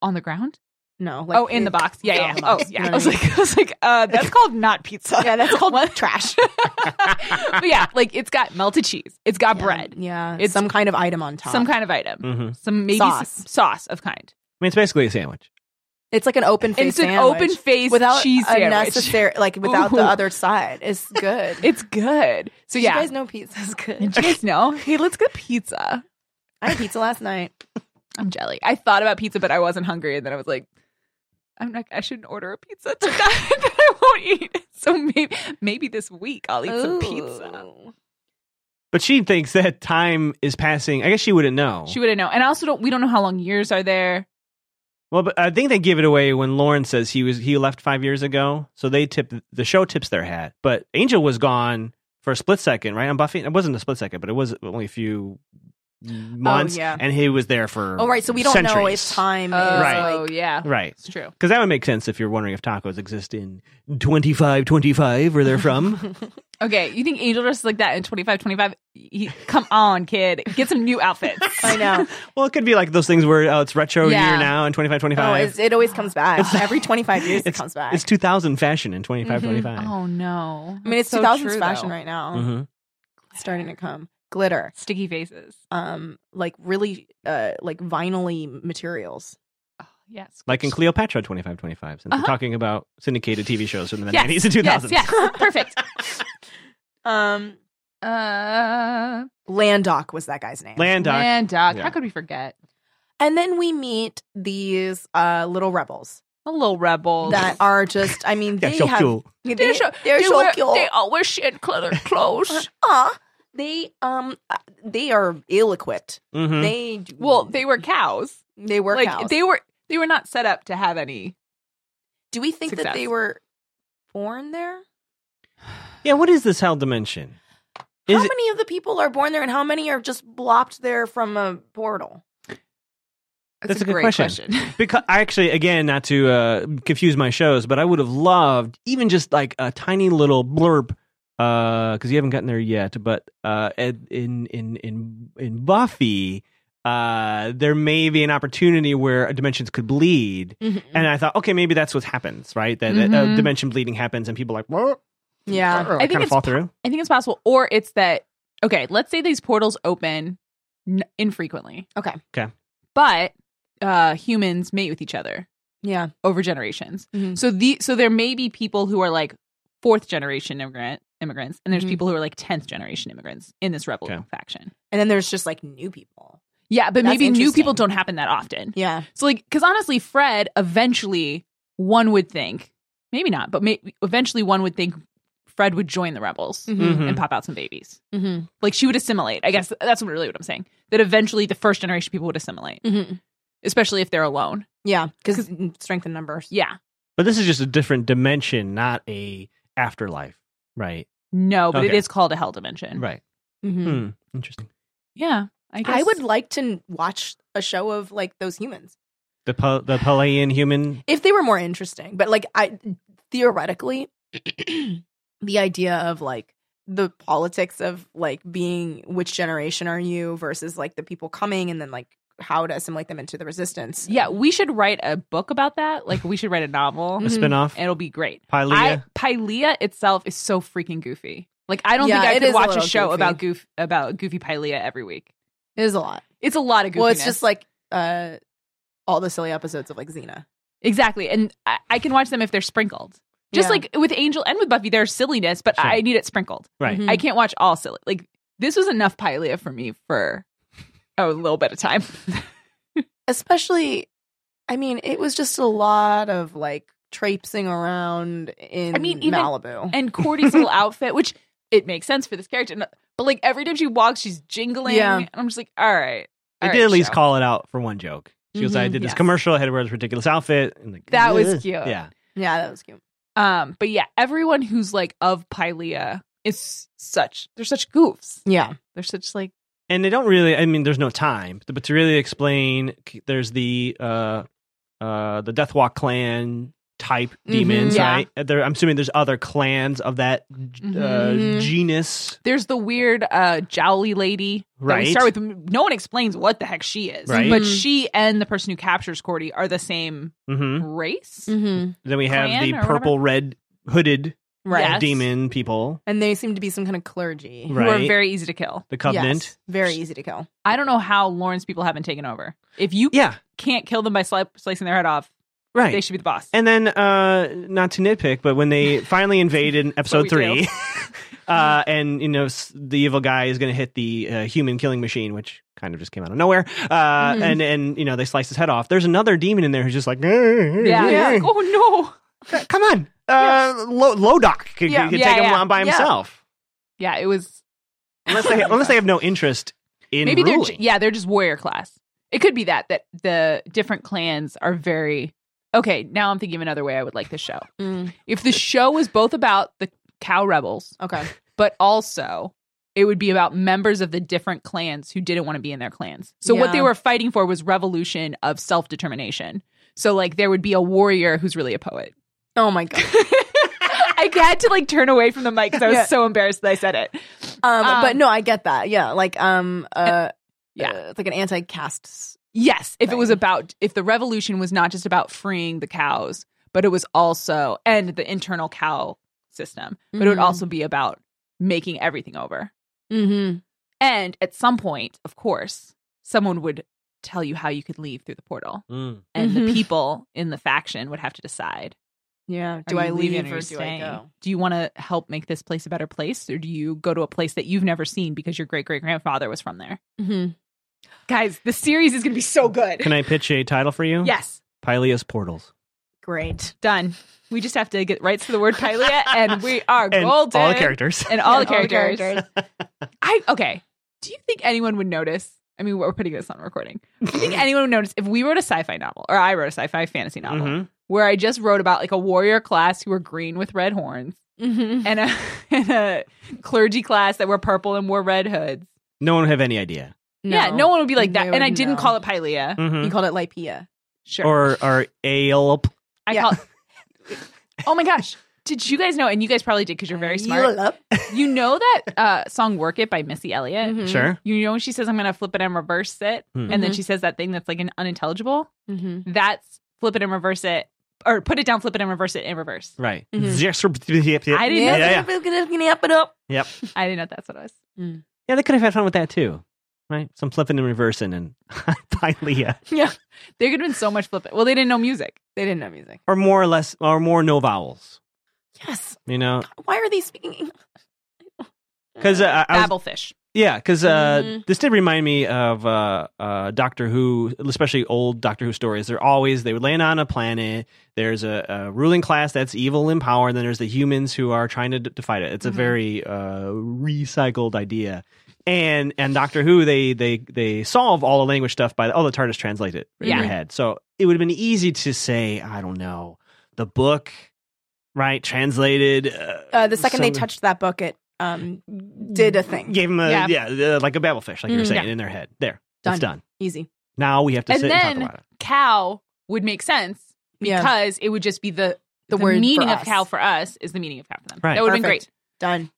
D: on the ground.
F: no like
D: oh, in the box. Yeah,
F: Yeah,
D: yeah.
F: in the
D: Oh,
F: box. You
D: yeah.
F: know
D: I was
F: what I mean?
D: like, I was like, uh, that's called not pizza.
F: yeah that's called
D: What?
F: trash
D: but yeah, like it's got melted cheese. It's got bread.
F: yeah
D: It's-
F: it's some kind of item on top
D: Some kind of item.
E: Mhm. I mean,
D: Some maybe
F: Sauce.
D: s- sauce of kind.
E: it's basically a sandwich.
F: It's like an open
D: And
F: face.
D: it's an
F: sandwich.
D: open faced
F: without
D: cheese sandwich.
F: unnecessary, like without
D: Ooh.
F: the other side. It's good.
D: It's good. So
F: Did
D: yeah.
F: you guys know pizza's
D: Did
F: good.
D: you guys know? Hey, let's get pizza.
F: I had pizza last night.
D: I'm jelly. I thought about pizza, but I wasn't hungry, and then I was like, I'm not. I shouldn't order a pizza tonight that I won't eat. So maybe, maybe this week I'll eat some pizza.
E: But she thinks that time is passing. I guess she wouldn't know.
D: She wouldn't know, and I also don't. We don't know how long years are there.
E: well, but I think they give it away when Lauren says he was he left five years ago. So they tip the show tips their hat. But Angel was gone for a split second, right? On Buffy, it wasn't a split second, but it was only a few months.
F: Oh, yeah.
E: and he was there for.
F: Oh right, so we don't know
E: centuries.
F: if time is
E: Uh, Right.
D: Oh
F: like
D: yeah,
E: Right.
D: it's true.
E: Because that would make sense if you're wondering if tacos exist in 2525 where they're from.
D: Okay, you think Angel dresses like that in 25, 25? He, come on, kid, get some new outfits.
F: I know.
E: well, it could be like those things where oh, it's retro
D: Yeah.
E: year now and 2525.
F: No, Oh, it's, it always comes back. Every twenty five years it comes back. Mm-hmm.
E: It's 2000 fashion in 2525.
D: Oh no,
F: I mean, it's
D: That's so
F: two thousands
D: true,
F: fashion
D: though. Mm-hmm.
F: right now.
E: Mhm.
F: It's Starting to come glitter,
D: Sticky faces.
F: um, like really, uh, like vinyl materials.
D: Oh, yes,
E: Like in Cleopatra 2525, since
D: Uh-huh.
E: we're talking about syndicated TV shows from the
D: Yes,
E: 90s and 2000s.
D: Yes, yes, perfect.
F: Um,
D: Uh,
F: Landoc was that guy's name.
E: Land Doc.
D: and Doc,
E: Yeah.
D: how could we forget?
F: and then we meet these uh, little rebels.
D: The little rebels
F: that are just I mean
E: Yeah,
F: they
E: so
F: have
E: cool.
F: they, they're
D: They're so-
F: so,
D: they, wear,
F: cool.
D: they all wear shit colored clothes.
F: Aw, they um uh, they are ill equipped.
D: Mm-hmm.
E: Mhm.
F: They do,
D: well, they were cows.
F: they work
D: like
F: out.
D: they were they were not set up to have any.
F: do we think
D: Success.
F: that they were born there?
E: Yeah, what is this hell dimension?
F: How
E: Is it-
F: many of the people are born there, and how many are just blopped there from a portal?
E: That's a good question. because I actually, again, not to uh, confuse my shows, but I would have loved even just like a tiny little blurb because you haven't gotten there yet. But uh, at- in in in in Buffy, uh, there may be an opportunity where dimensions could bleed,
F: Mm-hmm.
E: and I thought, okay, maybe that's what happens, right? That that,
D: Mhm.
E: uh, dimension bleeding happens, and people are like, "Whoa,"
F: Yeah,
E: or
D: I think
E: kind
D: it's
E: of fall through.
D: I think it's possible, or it's that okay. Let's say these portals open n- infrequently.
F: Okay.
E: Okay.
D: but uh, humans mate with each other
F: yeah.
D: over generations.
F: Mhm.
D: So the so there may be people who are like fourth generation immigrant immigrants, and there's
F: Mhm.
D: people who are like 10th generation immigrants in this rebel
E: Okay.
D: faction.
F: And then there's just like new people.
D: Yeah, but
F: That's
D: maybe new people
F: interesting.
D: don't happen that often.
F: Yeah.
D: So like, because honestly, Fred eventually one would think, maybe not, but maybe eventually one would think Fred would join the rebels
F: Mm-hmm.
E: Mhm.
D: and pop out some babies.
F: Mhm.
D: Like she would assimilate. I guess that's what really what I'm saying. That eventually the first generation people would assimilate,
F: Mhm.
D: especially if they're alone.
F: Yeah. Because strength in numbers.
D: Yeah.
E: But this is just a different dimension, not a afterlife, right?
D: No, but it
E: Okay.
D: is called a hell dimension.
E: Right.
F: Mhm.
D: Mm-hmm.
E: Hmm. Interesting.
D: Yeah. I guess
F: I would like to watch a show of like those humans
E: The Pe- the Pelagian human.
F: if they were more interesting. But like I theoretically, the idea of like the politics of like being which generation are you versus like the people coming and then like how to assimilate them into the resistance.
D: Yeah, we should write a book about that. Like we should write a novel.
E: A spinoff.
D: It'll be great. Mm-hmm. I,
E: Pylea.
D: Pylea itself is so freaking goofy. Like I don't
F: Yeah,
D: think I
F: it
D: could
F: is a
D: watch a,
F: little
D: show
F: goofy.
D: about goof about goofy Pylea every week.
F: it is a lot.
D: It's a lot of goofiness.
F: Well, it's just like uh all the silly episodes of like Xena.
D: exactly, and I, I can watch them if they're sprinkled. Just
F: Yeah.
D: like with Angel and with Buffy, there's silliness, but
E: Sure.
D: I need it sprinkled.
E: right.
F: Mhm.
D: I can't watch all silly. Like this was enough Pylea for me for a little bit of time.
F: Especially, I mean, it was just a lot of like traipsing around in
D: I mean, even-
F: Malibu.
D: and Cordy's little outfit, which it makes sense for this character. No- But like every time she walks, she's jingling.
F: Yeah.
D: And I'm just like, all right.
E: I
D: all
E: did
D: right,
E: at least
D: show.
E: call it out for one joke. She was like, I
F: Mhm.
E: did this
D: Mm-hmm. Yes.
E: commercial. I had to wear this ridiculous outfit. And like,
D: That was
E: "Ugh."
D: cute.
E: Yeah.
F: yeah, that was cute.
D: Um, but yeah, everyone who's like of Pylea is such they're such goofs.
F: Yeah.
D: They're such like
E: And they don't really, I mean, there's no time, but to really explain, c- there's the uh, uh, the Deathwalk clan type demons,
D: Mm-hmm. Yeah. Mm-hmm,
E: right? Uh, There, I'm assuming there's other clans of that g- uh,
F: Mhm.
E: genus.
D: there's the weird uh jowly lady. that
E: Right.
D: We start with no one explains what the heck she is.
E: Right.
D: But
F: Mhm.
D: she and the person who captures Cordy are the same
E: hmm
D: race.
F: Mm-hmm.
E: Then we have
D: Clan
E: the
D: or whatever?
E: purple red hooded
F: Right.
D: Yes.
E: demon people,
F: And they seem to be some kind of clergy.
E: right?
D: Who are very easy to kill.
E: the covenant.
F: Yes. Very easy to kill.
D: I don't know how Lauren's people haven't taken over. If you
E: Yeah,
D: can't kill them by sli- slicing their head off,
E: right.
D: they should be the boss.
E: And then, uh, not to nitpick, but when they finally invade in episode
D: That's what we
E: three, uh, and you know s- the evil guy is going to hit the uh, human killing machine, which kind of just came out of nowhere, uh,
F: Mhm.
D: Mm-hmm.
E: and and you know they slice his head off. There's another demon in there who's just like, "Eh,
D: yeah.
E: eh,
D: It's like, oh no.
E: eh, come on, uh, Lo- Lodok could,
F: Yeah.
E: could
D: Yeah,
E: take him
D: yeah.
E: on by
F: Yeah.
E: himself,
D: Yeah, it was
E: unless they unless they have no interest in
D: maybe they're
E: ruling.
D: ju- yeah they're just warrior class. It could be that that the different clans are very okay. Now I'm thinking of another way I would like the show.
F: Mm.
D: If the show was both about the cow rebels,
F: Okay.
D: but also it would be about members of the different clans who didn't want to be in their clans. So what
F: Yeah.
D: they were fighting for was revolution of self determination. So like there would be a warrior who's really a poet.
F: Oh my god.
D: I had to like turn away from the mic because I was
F: Yeah.
D: so embarrassed that I said it.
F: Um,
D: Um,
F: but no, I get that. Yeah, like um uh
D: Yeah.
F: uh, it's like an anti-caste.
D: Yes, if it was
F: thing.
D: about if the revolution was not just about freeing the cows, but it was also and the internal cow system, but it would
F: Mhm.
D: also be about making everything over.
F: Mm-hmm.
D: And at some point, of course, someone would tell you how you could leave through the portal,
E: Mm.
D: and the
F: Mhm.
D: people in the faction would have to decide:
F: Yeah.
D: are
F: Do
D: you
F: I
D: leaving
F: leave
D: or
F: or do
D: you staying?
F: I go?
D: Do you want to help make this place a better place, or do you go to a place that you've never seen because your great great grandfather was from there?
F: Mm-hmm.
D: Guys, the series is going to be so good.
E: Can I pitch a title for you?
D: Yes.
E: Pylea's Portals.
F: Great.
D: Done. We just have to get rights to the word Pylea, and we are
E: And
D: golden.
E: all the characters.
D: And all the
F: And all the
D: characters. I okay. Do you think anyone would notice? I mean, we're putting this on recording. Do you think anyone would notice if we wrote a sci-fi novel, or I wrote a sci-fi fantasy novel,
E: Mhm.
D: where I just wrote about like a warrior class who were green with red horns,
F: Mm-hmm.
D: and a and a clergy class that were purple and wore red hoods?
E: No one would have any idea.
D: Yeah, no one would be like that.
F: They
D: And I
F: would
D: didn't
F: know.
D: call it Pylea.
E: Mhm.
F: You called it Lipia.
D: Sure.
E: or or ale.
D: I
F: Yeah.
D: call. oh my gosh! Did you guys know? And you guys probably did because you're very smart. You know that uh, song "Work It" by Missy Elliott.
F: Mhm.
E: Sure.
D: You know when she says, "I'm gonna flip it and reverse it,"
E: Hmm.
D: and then she says that thing that's like an unintelligible.
F: Mm-hmm.
D: That's flip it and reverse it, or put it down, flip it and reverse it in reverse.
E: Right.
F: Mhm.
D: I didn't
E: yeah,
D: know.
E: yeah. Yep.
D: I didn't know that's what it was.
E: Yeah, they could have had fun with that too. Right? Some flipping and reversing and uh, by Leah.
D: There could have been so much flipping. Well, they didn't know music.
F: They didn't know music.
E: Or more or less or more no vowels.
F: Yes.
E: You know?
F: Why are they speaking?
E: Because uh, I, I was
G: Babblefish.
E: Yeah, because uh,
F: Mm-hmm.
E: this did remind me of uh, uh, Doctor Who, especially old Doctor Who stories. They're always they would land on a planet. There's a, a ruling class that's evil in power, and then there's the humans who are trying to, d- to fight it.
F: Mm-hmm.
E: It's a very uh, recycled idea. And and Doctor Who, they they they solve all the language stuff by oh the TARDIS translate it in your
D: Yeah.
E: head. So it would have been easy to say I don't know the book, right? Translated. Uh,
F: Uh, the second they
E: some-
F: touched that book, it um, did a thing.
E: gave him a
D: Yeah. Mm-hmm.
E: yeah, uh, like a babblefish, like you were
F: Mm,
E: saying,
D: yeah.
E: in their head. There,
F: Done.
E: it's done.
F: Easy.
E: Now we have to
D: And
E: sit
D: then-
E: and talk about it.
D: cow would make sense
F: Yeah.
D: because it would just be the
F: The
D: the,
F: word for
D: meaning
F: us.
D: of cow for us is the meaning of cow for them.
E: Right.
D: That would have been
F: Perfect.
D: great.
F: Done.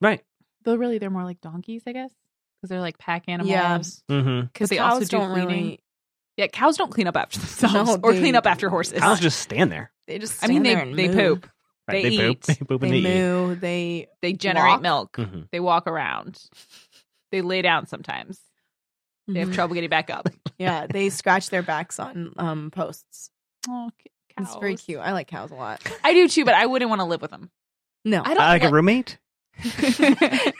E: Right.
D: Though really, they're more like donkeys, I guess, because they're like pack animals.
E: Mm-hmm.
F: Because
D: they
F: cows
D: also do
F: don't really.
D: cleaning. Yeah, cows don't clean up after themselves
F: No,
D: or
F: they-
D: clean up after horses.
E: Cows just stand there.
F: They just.
D: I
F: stand
D: mean, they
F: there and
D: they
F: moo.
D: poop,
E: Right?
D: They
E: poop.
D: eat.
E: They poop and
F: They
E: they, eat.
F: moo. They.
D: they generate
F: Walk?
D: milk,
E: Mhm.
D: they walk around, they lay down sometimes. They have
F: Mhm.
D: trouble getting back up.
F: yeah, they scratch their backs on um, posts.
D: Oh, cows.
F: It's very cute. I like cows a lot.
D: I do too, but I wouldn't want to live with them.
F: No,
D: I don't
E: Uh, like a roommate.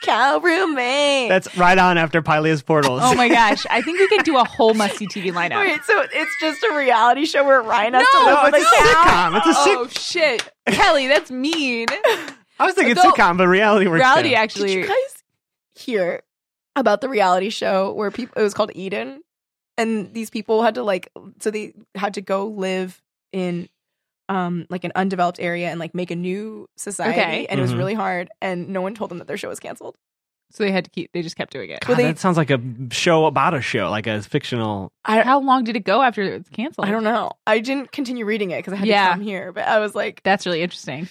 F: cow roommate.
E: That's right on after Pylia's portals.
D: Oh my gosh! I think we could do a whole musty TV lineup. Oh,
F: Wait, so it's just a reality show where Ryan has
D: No,
F: to live
E: no,
F: with
E: it's
F: a
E: a
F: cow.
E: sitcom. It's a sick.
D: Oh shit, Kelly, that's mean.
E: I was thinking
D: Though-
E: sitcom, but reality works. better.
D: Reality
F: Did
D: actually.
F: you guys hear about the reality show where people? It was called Eden, and these people had to like, so they had to go live in, um, like an undeveloped area and like make a new society,
D: Okay.
F: and it was
E: Mhm.
F: really hard, and no one told them that their show was canceled.
D: So they had to keep. They just kept doing it.
E: God,
F: Well, they-
E: that sounds like a show about a show, like a fictional.
D: How long did it go after it was canceled?
F: I don't know. I didn't continue reading it because I had
D: Oh. Yeah.
F: to come here, but I was like,
D: That's really interesting.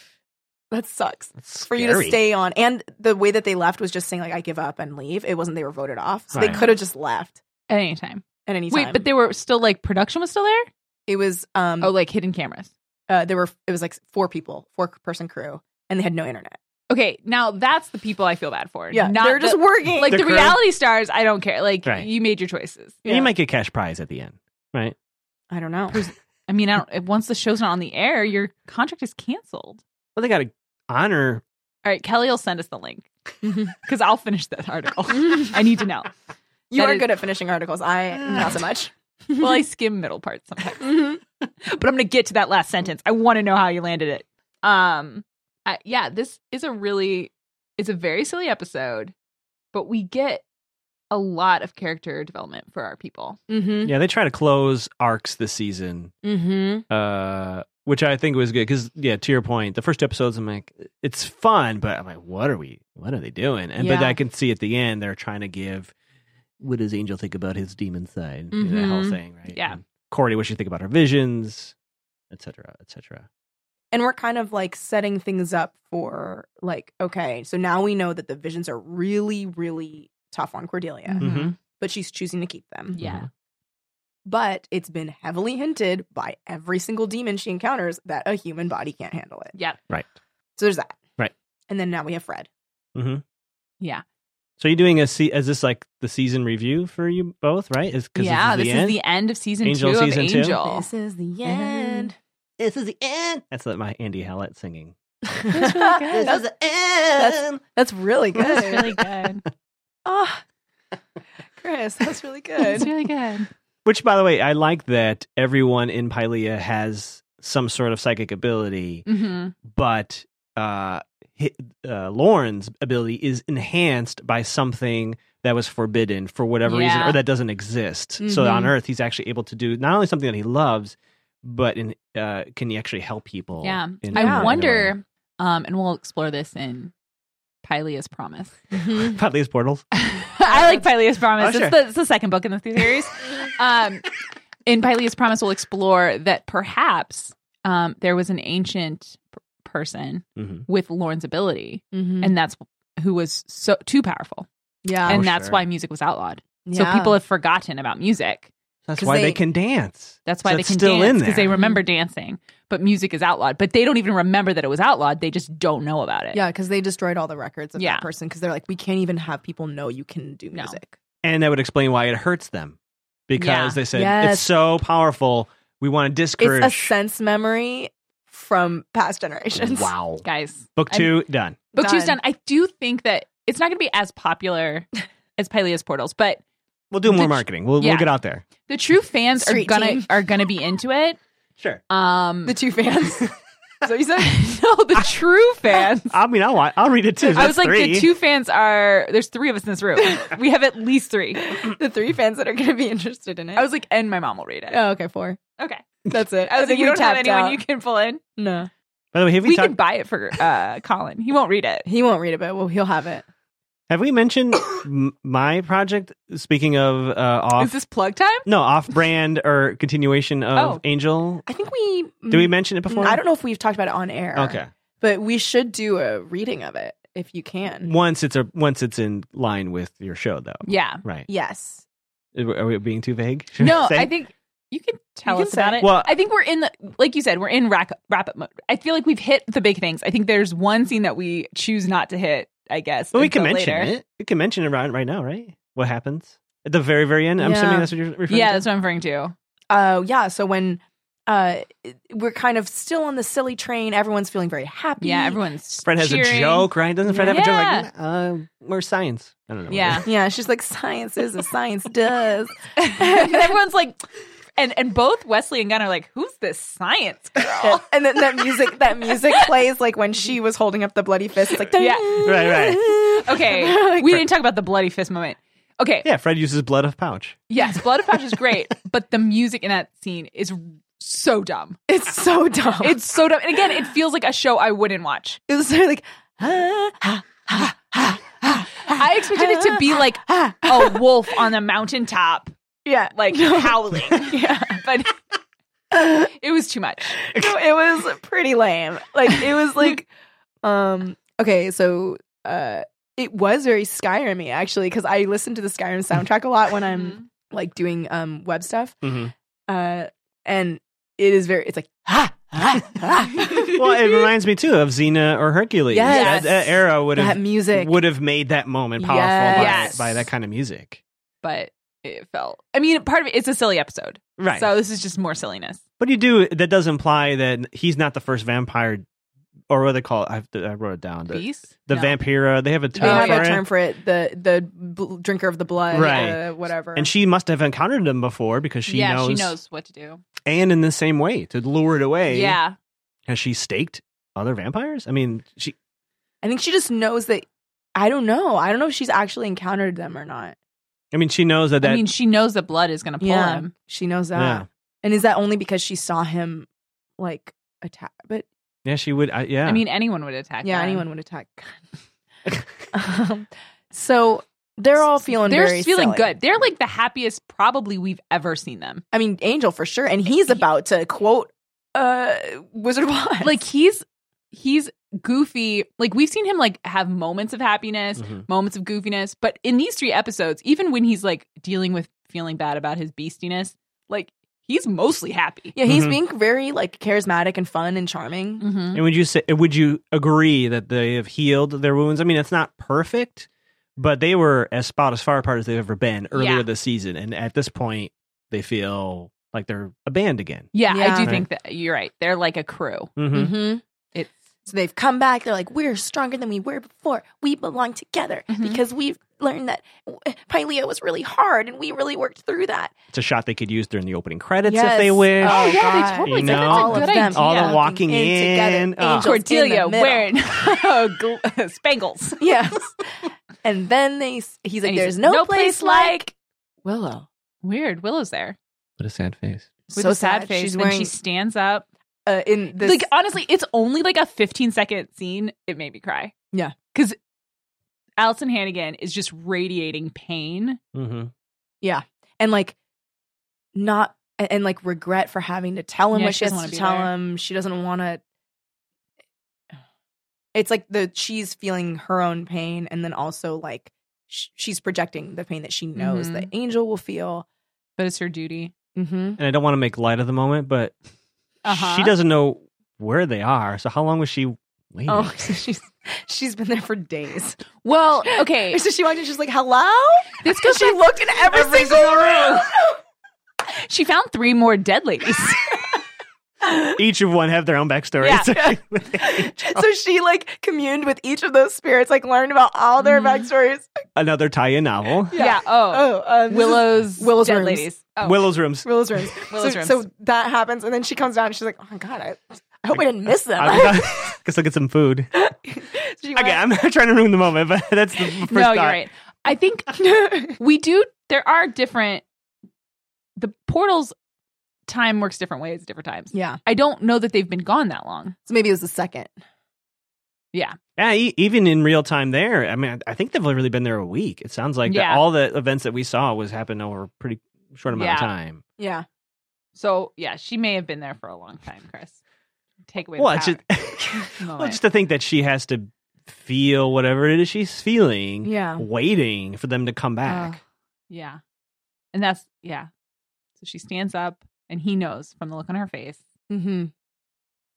F: that sucks.
E: That's
F: for you to
E: scary.
F: stay on. And the way that they left was just saying like I give up and leave. It wasn't they were voted off, so
E: Right.
F: they could have just left
D: At any time.
F: at any time.
D: Wait, but they were still like production was still there.
F: it was um
D: Oh, like hidden cameras.
F: uh, there were it was like four people, four person crew, and they had no internet.
D: Okay, now that's the people I feel bad for.
F: Yeah,
D: not
F: they were just
D: the-
F: working.
D: like
E: The
D: the,
E: crew.
D: reality stars. I don't care. Like
E: Right.
D: you made your choices.
E: You might get cash prize at the end, right?
F: I don't know.
D: I mean, I don't, once the show's not on the air, your contract is canceled.
E: Well, they got to honor.
D: All right, Kelly will send us the link
F: Mm-hmm.
D: because I'll finish that article. I need to know.
F: You
D: That
F: are
D: is-
F: good at finishing articles. I not so much.
D: Well, I skim middle parts sometimes,
F: Mm-hmm.
D: but I'm going to get to that last sentence. I want to know how you landed it. Um, I, yeah, this is a really, it's a very silly episode, but we get a lot of character development for our people.
F: Mm-hmm.
E: Yeah, they try to close arcs this season
F: Mm-hmm.
E: uh, which I think was good because yeah, to your point, the first two episodes, I'm like, it's fun, but I'm like, what are we? What are they doing? And but
F: Yeah.
E: I can see at the end they're trying to give. What does Angel think about his demon side? You know, that whole
F: Mhm.
E: thing, right?
D: Yeah.
E: And Cordy, what she think about her visions, etc., etc.
F: And we're kind of like setting things up for like okay, so now we know that the visions are really, really tough on Cordelia,
D: Mhm.
E: Mm-hmm.
F: but she's choosing to keep them.
D: Yeah.
F: but it's been heavily hinted by every single demon she encounters that a human body can't handle it.
D: Yeah.
E: Right.
F: So there's that.
E: Right.
F: And then now we have Fred.
E: So you're doing a se- is this like the season review for you both, right? Is because
D: Yeah,
E: this, is, the e,
D: this is
E: end?
D: the end of season
E: Angel
D: two
E: season
D: of
E: two?
D: Angel.
F: is the
E: end. This is the end. That's like my Andy Hallett singing.
F: that's,
D: really
F: that's,
E: the end.
F: that's really
D: That's
F: good.
D: really good.
F: oh, Chris, that's really good.
D: It's really good.
E: Which, by the way, I like that everyone in Pylea has some sort of psychic ability,
D: hmm
E: but uh, hi- uh, Lauren's ability is enhanced by something that was forbidden for whatever reason
D: Yeah. Mm-hmm.
E: or that doesn't exist. So
F: Mhm.
E: on Earth, he's actually able to do not only something that he loves, but in, uh, can he actually help people?
D: Yeah.
E: in- in a
D: I
E: way.
D: wonder, um, and we'll explore this in Pylea's Promise.
F: Mm-hmm,
E: Pylea portals.
D: I like Pylea's Promise.
E: Oh, sure.
D: it's, the, it's the second book in the series. um, in Pylea's Promise, we'll explore that perhaps um, there was an ancient p- person
E: Mhm.
D: with Lauren's ability,
F: Mhm.
D: and that's who was so too powerful,
F: yeah.
D: and
E: Oh,
D: that's
E: sure.
D: why music was outlawed.
F: Yeah.
D: So people have forgotten about music.
E: That's
F: 'Cause
E: why they,
F: they-
E: can dance.
D: That's why
E: So
D: they
E: it's
D: can
E: still in
D: dance
E: there.
D: because they remember
F: Mm-hmm.
D: dancing, but music is outlawed. But they don't even remember that it was outlawed. They just don't know about it.
F: Yeah, because they destroyed all the records of
D: Yeah.
F: that person because they're like, we can't even have people know you can do
D: No.
F: music.
E: and that would explain why it hurts them because
D: Yeah.
E: they said it's
F: Yes.
E: so powerful. We want to discourage.
F: It's a sense memory from past generations.
E: Wow.
D: guys.
E: Book
D: I'm-
E: two done.
D: Book two's
F: Done.
D: done. I do think that it's not going to be as popular as Pylea's Portals, but
E: We'll do more
D: The-
E: marketing. We'll,
D: yeah.
E: we'll get out there.
D: the true fans
F: Street
D: are gonna
F: team.
D: are gonna be into it.
E: Sure.
D: Um,
F: The two fans.
D: so you said no, the true fans.
E: I mean, I'll, wa- I'll read it too.
D: I
E: That's
D: was like,
E: three.
D: the two fans are. There's three of us in this room. we have at least three.
F: the three fans that are going to be interested in it.
D: I was like, and my mom will read it.
F: oh, okay, four.
D: Okay.
F: That's it.
D: I was like,
F: think
D: you
F: we
D: don't have
F: tapped
D: anyone
F: out.
D: you can pull in.
F: No,
E: By the way, have we,
D: We
E: talked,
D: can buy it for uh, Colin. He won't read it.
F: he won't read it, but well, he'll have it.
E: have we mentioned m- my project? Speaking of uh, off,
D: Is this plug time?
E: no off brand or continuation of
D: Oh. Um,
E: Angel.
F: I think we.
E: Did we mention it before?
F: I don't know if we've talked about it on air.
E: Okay.
F: but we should do a reading of it if you can.
E: Once it's a once it's in line with your show, though.
D: Yeah.
E: Right.
F: Yes.
E: Are we being too vague? Should
D: No,
E: say?
D: I think you can tell
F: You can
D: us about
F: say.
D: it.
E: Well-
D: I think we're in the like you said, we're in wrap wrap up mode. I feel like we've hit the big things. I think there's one scene that we choose not to hit. I guess.
E: But we can
D: until
E: mention
D: later.
E: it. We can mention it right, right now, right? What happens at the very, very end? I'm
F: Yeah.
E: assuming that's what you're referring
D: Yeah,
E: to.
D: that's what I'm referring to.
F: uh yeah so when uh we're kind of still on the silly train everyone's feeling very happy
D: Yeah, everyone's
E: Fred has
D: cheering.
E: a joke, right? Doesn't Fred
D: Yeah.
E: have a joke? Like, uh, more science. I don't know.
D: Yeah.
F: yeah she's like science is and science does
D: and everyone's like, and and both Wesley and Gunn are like, "Who's this science girl?"
F: and then that music that music plays like when she was holding up the bloody fist it's like
D: Yeah.
E: Right, right.
D: Okay, we didn't talk about the bloody fist moment. Okay,
E: Yeah, Fred uses blood of pouch.
D: yes, blood of pouch is great, but the music in that scene is so dumb.
F: it's so dumb
D: It's so dumb, and again, it feels like a show I wouldn't watch.
F: it was sort of like ah, ah, ah, ah, ah, ah.
D: I expected it to be like a wolf on a mountaintop,
F: yeah
D: like howling.
F: yeah
D: But it was too much.
F: no, it was pretty lame. Like it was like um okay, so uh it was very Skyrim actually cuz I listen to the Skyrim soundtrack a lot when I'm
D: Mm-hmm.
F: like doing um web stuff.
E: Mhm.
F: Uh and it is very it's like ha ha, ha.
E: Well, it reminds me too of Xena or Hercules.
F: Yes.
E: That, that era would
F: that
E: have
F: music.
E: would have made that moment powerful by,
D: Yes.
E: by that kind of music.
D: but it felt. I mean, part of it, it's a silly episode,
E: Right.
D: so this is just more silliness.
E: But you do that does imply that he's not the first vampire, or what do they call it. I've, I wrote it down. The,
D: Beast?
E: the
D: No.
E: vampira. They have a
F: they
E: term
F: have
E: for
F: a
E: it.
F: term for it, the the bl- drinker of the blood,
E: Right.
F: uh, whatever.
E: And she must have encountered him before because she
D: yeah,
E: knows.
D: she knows what to do.
E: And in the same way to lure it away.
D: Yeah,
E: Has she staked other vampires? I mean, she
F: I think she just knows that I don't know. I don't know if she's actually encountered them or not.
E: I mean, she knows that that.
D: I mean, she knows the blood is going to pull
F: Yeah.
D: him.
F: She knows that.
E: Yeah.
F: And is that only because she saw him like attack? But
E: yeah, she would. I, yeah.
D: I mean, anyone would attack.
F: yeah,
D: them.
F: anyone would attack. um, so they're all feeling
D: They're
F: very
D: feeling
F: silly.
D: good. They're like the happiest probably we've ever seen them.
F: I mean, Angel for sure, and he's about to quote uh Wizard of Oz.
D: Like he's he's goofy. Like we've seen him like have moments of happiness,
E: Mhm.
D: moments of goofiness, but in these three episodes, even when he's like dealing with feeling bad about his beastiness, like he's mostly happy.
F: yeah, he's
E: Mhm.
F: being very like charismatic and fun and charming.
D: Mm-hmm.
E: and would you say? Would you agree that they have healed their wounds? I mean, it's not perfect, but they were as about as far apart as they've ever been earlier
D: Yeah.
E: this season, and at this point, they feel like they're a band again.
D: Yeah,
F: Yeah.
D: I do
E: Right.
D: think that you're right. They're like a crew.
E: Mm-hmm.
F: Mhm.
D: It's
F: So they've come back. They're like, we're stronger than we were before. We belong together
D: Mhm.
F: because we've learned that Pylea was really hard, and we really worked through that.
E: It's a shot they could use during the opening credits
F: Yes.
E: if they wish.
F: Oh,
D: yeah,
F: God.
D: they
E: You
D: totally.
E: know?
D: that's a
E: All
F: of
D: good
F: them.
D: idea.
E: All the
F: Yeah.
E: walking
F: Walking in together.
E: in. Ah.
F: Angels.
D: Cordelia
F: in the middle.
D: wearing gl- spangles.
F: Yes. and then they, s- he's like,
D: And he
F: there's
D: says,
F: no, place, like Willow.
D: Weird. Willow's there
E: What a sad face.
D: with a sad, face.
F: She's
D: then
F: wearing
D: she stands up.
F: uh, in this.
D: Like honestly, it's only like a 15 second scene. It made me cry.
F: Yeah.
D: because Allison Hannigan is just radiating pain.
E: Mm-hmm.
F: and like not and, and, like regret for having to tell him
D: Yeah,
F: what
D: she
F: she has
D: doesn't
F: to
D: wanna be
F: tell
D: there.
F: him. She doesn't want to. It's like the she's feeling her own pain, and then also like sh- she's projecting the pain that she knows
D: Mhm.
F: that Angel will feel.
D: But it's her duty.
F: Mm-hmm.
E: And I don't want to make light of the moment, but
D: Uh-huh.
E: she doesn't know where they are. So how long was she waiting?
F: Oh, so she's she's been there for days.
D: Well, okay.
F: So she walked in, she's like, "Hello."
D: This goes
F: She looked in every, single room.
D: She found three more dead ladies.
E: each of one have their own backstory.
F: Yeah.
E: It's like-
F: so she like communed with each of those spirits, like learned about all their
D: Mm-hmm.
F: backstories.
E: Another tie-in novel.
D: Yeah. Oh.
F: Oh, um, this is
D: Willow's
F: Willow's
D: dead
F: rooms.
D: ladies. Oh.
E: Willow's rooms.
F: Willow's rooms.
D: Willow's
F: so,
D: rooms.
F: so that happens, and then she comes down and she's like, "Oh my god, I, I hope I didn't miss them."
E: I guess I'll get some food.
F: She went-
E: Okay, I'm not trying to ruin the moment, but that's the first
D: Uh, no,
E: thought.
D: you're right. I think we do. There are different. The portals time works different ways, at different times.
F: Yeah.
D: I don't know that they've been gone that long.
F: So maybe it was the second.
E: Yeah, e- even in real time there. I mean, I think they've only really been there a week. It sounds like
D: Yeah.
E: that all the events that we saw was happened over a pretty short amount of
D: Yeah.
E: time.
F: Yeah.
D: So yeah, she may have been there for a long time, Chris. Take away.
E: Well,
D: the
E: it's
D: power. Oh,
E: just,
D: No
E: well,
D: way.
E: just to think that she has to feel whatever it is she's feeling,
F: Yeah.
E: waiting for them to come back.
D: Ugh. yeah, and that's yeah. So she stands up, and he knows from the look on her face,
F: Mm-hmm.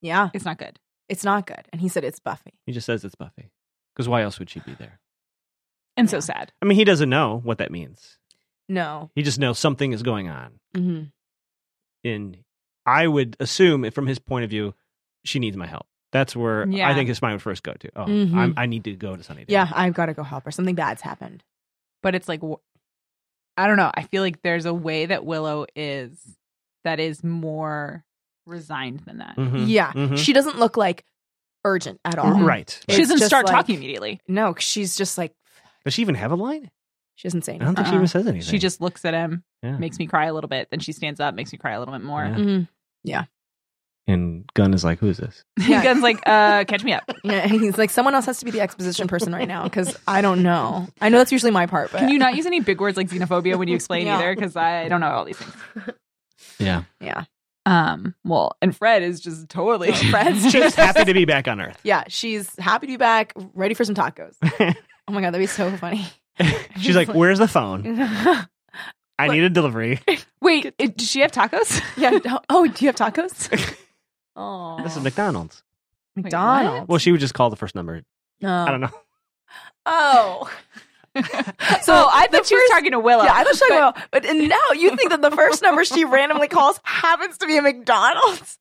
F: Yeah.
D: it's not good.
F: It's not good. And he said it's Buffy.
E: He just says it's Buffy. Because why else would she be there?
D: And
F: Yeah.
D: so sad.
E: I mean, he doesn't know what that means.
F: No.
E: He just knows something is going on.
F: Mm-hmm.
E: And I would assume, from his point of view, she needs my help. That's where I
D: Yeah.
E: think his mind would first go to. Oh,
F: Mhm.
E: I'm, I need to go to Sunnydale.
F: Yeah, I've got to go help her. Something bad's happened.
D: But it's like, wh- I don't know. I feel like there's a way that Willow is that is more resigned than that.
E: Mhm.
F: Yeah.
E: Mhm.
F: She doesn't look like urgent at all.
E: Right.
D: She doesn't
F: It's just
D: start
F: like-
D: talking immediately.
F: No, 'cause she's just like
E: Does she even have a line?
F: she doesn't say
E: I don't
F: anything.
E: think Hmm. she
D: Uh-uh.
E: even says anything.
D: She just looks at him,
E: Yeah.
D: makes me cry a little bit. Then she stands up, makes me cry a little bit more.
E: Yeah.
F: Mhm.
E: And Gunn is like, who's this?
F: Yeah.
D: Gun's like, uh, catch me up.
F: Yeah, he's like someone else has to be the exposition person right now because I don't know. I know that's usually my part, but
D: Can you not use any big words like xenophobia when you explain
F: Yeah.
D: either? Because I don't know all these things.
E: Yeah.
F: yeah,
D: Um, well, and Fred is just totally Fred's
E: Just happy to be back on Earth.
F: yeah, she's happy to be back, ready for some tacos. Oh my god, that'd be so funny.
E: She's like, where's the phone? I need a delivery.
D: Wait, it, does she have tacos?
F: yeah. Oh, do you have tacos? Oh,
E: This is McDonald's.
F: McDonald's.
E: Well, she would just call the first number.
F: no.
E: I don't know.
F: Oh,
D: So I thought she was talking to Willow.
E: Oh,
F: yeah, I was talking about. But and now you think that the first number she randomly calls happens to be a McDonald's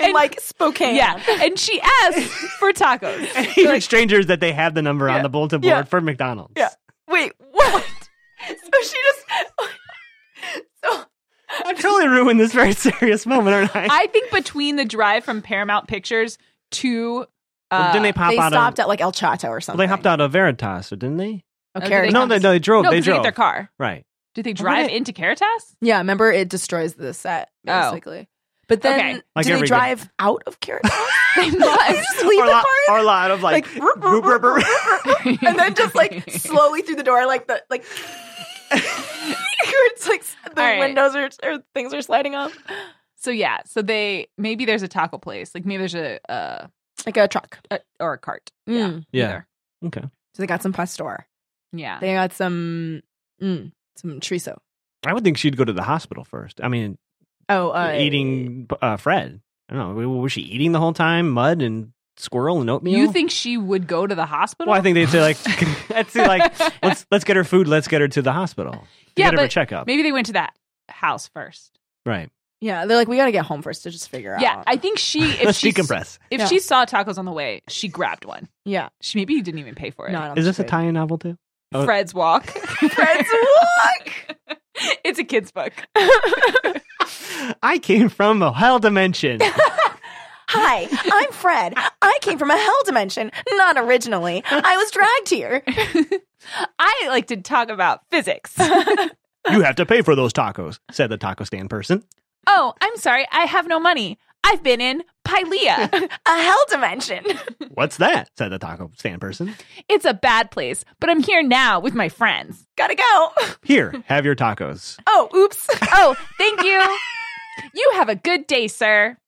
F: in
D: And-
F: like Spokane.
D: Yeah, and she asked for tacos.
E: And even strangers that they have the number on the bulletin board
F: Yeah.
E: for McDonald's.
F: Yeah. Wait, what? so she just. so
E: I totally ruined this very serious moment, aren't I?
D: I think between the drive from Paramount Pictures to
E: Well,
D: uh,
E: didn't they pop
F: they
E: out
F: stopped
E: of?
F: at like El Chato or something.
E: Well, they hopped out of Veritas, didn't they?
F: Oh,
D: No,
F: Caritas.
D: They
E: no,
D: hopped-
E: they, no, they drove.
D: no,
E: Oh, they
D: 'cause they
E: drove
D: get their car.
E: Right.
D: Did they
E: Well,
D: drive
E: they-
D: into Caritas?
F: Yeah, remember it destroys the set
D: Oh.
F: basically. But then
D: Okay.
E: Like
F: do they
E: every
F: drive out of Caritas?
D: They
F: They
D: must.
F: just leave
E: or,
F: the
E: lot,
F: car in
E: or a lot of like,
F: Like, roop, roop, roop, roop, and then just like slowly through the door, like the like. it's like the
D: All right.
F: windows are or things are sliding up
D: So yeah, so they maybe there's a taco place, like maybe there's a, uh,
F: like a truck.
D: a or a cart.
F: Mm.
E: yeah.
D: Either.
E: Okay.
F: So they got some pastor.
D: yeah.
F: They got some mm, some chorizo.
E: I would think she'd go to the hospital first. I mean,
F: Oh, uh,
E: eating uh, Fred. I don't know. Was she eating the whole time? Mud and squirrel and oatmeal.
D: You think she would go to the hospital?
E: Well, I think they'd say like, let's say like, let's let's get her food. Let's get her to the hospital. To
D: Yeah,
E: get her a
D: but
E: checkup.
D: maybe they went to that house first.
E: right.
F: Yeah, they're like, we got to get home first to just figure
D: Yeah,
F: out.
D: I think she if
E: Let's
D: she
E: decompress.
D: if
F: Yeah.
D: she saw tacos on the way, she grabbed one.
F: yeah.
D: She maybe didn't even pay for it.
F: No, I don't
E: Is this a
F: think so.
E: tie-in novel too? Oh.
D: Fred's Walk. Fred's Walk. it's a kid's book.
E: I came from a hell dimension.
F: Hi, I'm Fred. I came from a hell dimension, not originally. I was dragged here.
D: I like to talk about physics.
E: you have to pay for those tacos," said the taco stand person.
D: oh, I'm sorry. I have no money. I've been in Pylea.
F: A hell dimension.
E: What's that? said the taco stand person.
D: it's a bad place, but I'm here now with my friends.
F: Gotta go.
E: Here, have your tacos.
F: Oh, oops.
D: Oh, thank you. you have a good day, sir.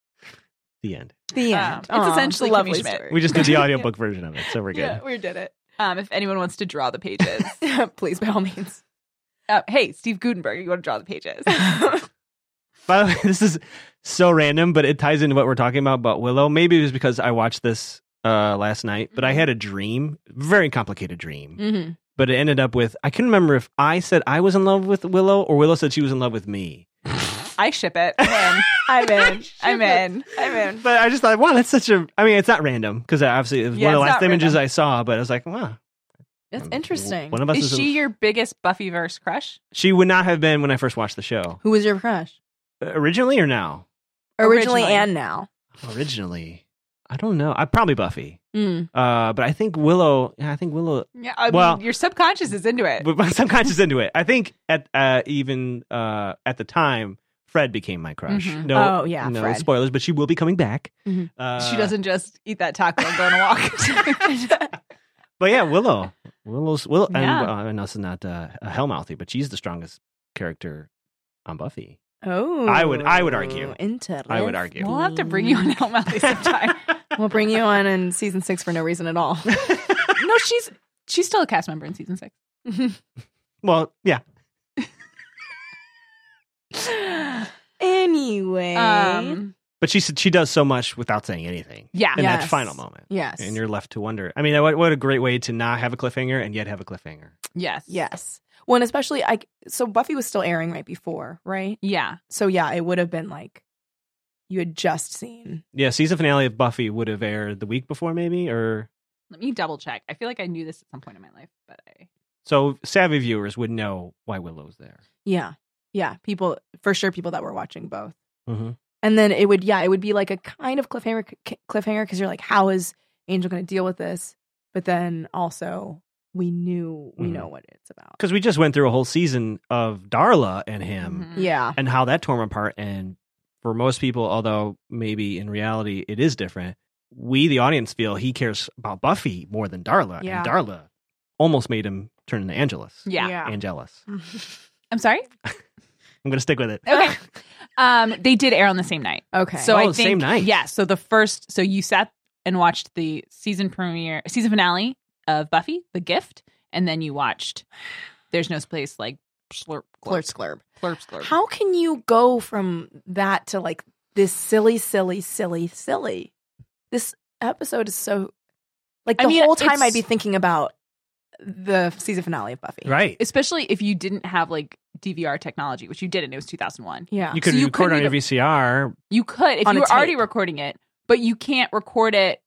E: The end.
F: The
D: Um, it's essentially
F: Uh, lovely
D: Kimmy Schmidt.
F: story.
E: We just did the audiobook version of it, so we're good.
D: we did it. Um, if anyone wants to draw the pages,
F: Please, by all means.
D: uh, hey, Steve Gutenberg, you want to draw the pages?
E: By the way, this is so random, but it ties into what we're talking about about Willow. Maybe it was because I watched this uh, last night, but
D: Mm-hmm.
E: I had a dream, very complicated dream,
F: Mm-hmm.
E: but it ended up with I can remember if I said I was in love with Willow or Willow said she was in love with me.
D: I ship it. I'm in. I'm in. I'm in. I'm in.
E: But I just thought, wow, that's such a. I mean, it's not random because obviously it was
D: Yeah,
E: one of the
D: it's
E: last
D: not
E: images
D: random.
E: I saw. But I was like, wow, Um,
F: That's interesting.
E: One of us
D: Is
E: is.
D: she your biggest Buffyverse crush?
E: she would not have been when I first watched the show Uh,
F: Who was your crush?
E: originally or now.
F: Originally,
D: Originally.
F: and now.
E: Originally, I don't know. I probably Buffy.
D: Hmm. Mm.
E: Uh, but I think Willow. Yeah, I think Willow.
D: Yeah. I
E: Well-
D: mean, your subconscious is into it.
E: But my subconscious into it. I think at uh, even uh, at the time, Fred became my crush.
D: Mhm.
E: No,
F: Oh, yeah,
E: no
F: Fred.
E: spoilers. But she will be coming back.
F: Mhm.
E: Uh,
D: she doesn't just eat that taco and go on a walk.
E: But yeah, Willow. Willow's Willow.
D: Yeah.
E: And, uh, and this is not uh, a Hellmouthy, but she's the strongest character on Buffy.
F: Oh,
E: I would- I would argue.
F: Interesting.
E: I would argue.
D: we'll have to bring you on Hellmouthy sometime.
F: We'll bring you on in season six for no reason at all.
D: no, she's she's still a cast member in season six.
E: Well, yeah.
F: anyway,
D: Um,
E: But she s- she does so much without saying anything
D: yeah.
E: in that
F: Yes.
E: final moment.
F: yes,
E: And you're left to wonder. I mean, what, what a great way to not have a cliffhanger and yet have a cliffhanger.
D: Yes.
F: yes. Well, and especially I. So Buffy was still airing right before, right?
D: Yeah.
F: So yeah, it would have been like you had just seen.
E: Yeah, season finale of Buffy would have aired the week before, maybe, or
D: Let me double check. I feel like I knew this at some point in my life, but I
E: so savvy viewers would know why Willow's there.
F: Yeah, yeah. People for sure. People that were watching both.
E: Mm-hmm.
F: and then it would yeah it would be like a kind of cliffhanger c- cliffhanger because you're like how is angel going to deal with this but then also we knew we
E: Mhm.
F: know what it's about
E: Because we just went through a whole season of Darla and him
D: Mhm.
F: yeah
E: and how that tore him apart. And for most people, although maybe in reality it is different, we, the audience, feel he cares about Buffy more than Darla.
F: Yeah.
E: And Darla almost made him turn into Angelus.
D: Yeah.
E: Angelus. I'm
D: I'm sorry.
E: going to stick with it.
D: Okay. um, they did air on the same night.
F: okay
D: So
E: Oh,
D: I
E: the
D: think
E: same night.
D: Yeah. So the first, so you sat and watched the season premiere, season finale of Buffy, The Gift, and then you watched There's No Place Like Slurp,
F: Slurp,
D: Glurp,
F: slurp.
D: Slurp, Slurp.
F: how can you go from that to like this silly silly silly silly this episode is so like the
D: I mean,
F: whole time
D: it's-
F: i'd be thinking about the season finale of buffy
E: Right.
D: Especially if you didn't have like DVR technology, which you didn't. It was 2001.
F: yeah
E: you could
D: So you
E: record
D: couldn't
E: on your
D: even-
E: VCR.
D: You could if
F: On
D: you
F: a
D: were already
F: tape.
D: recording it, but you can't record it.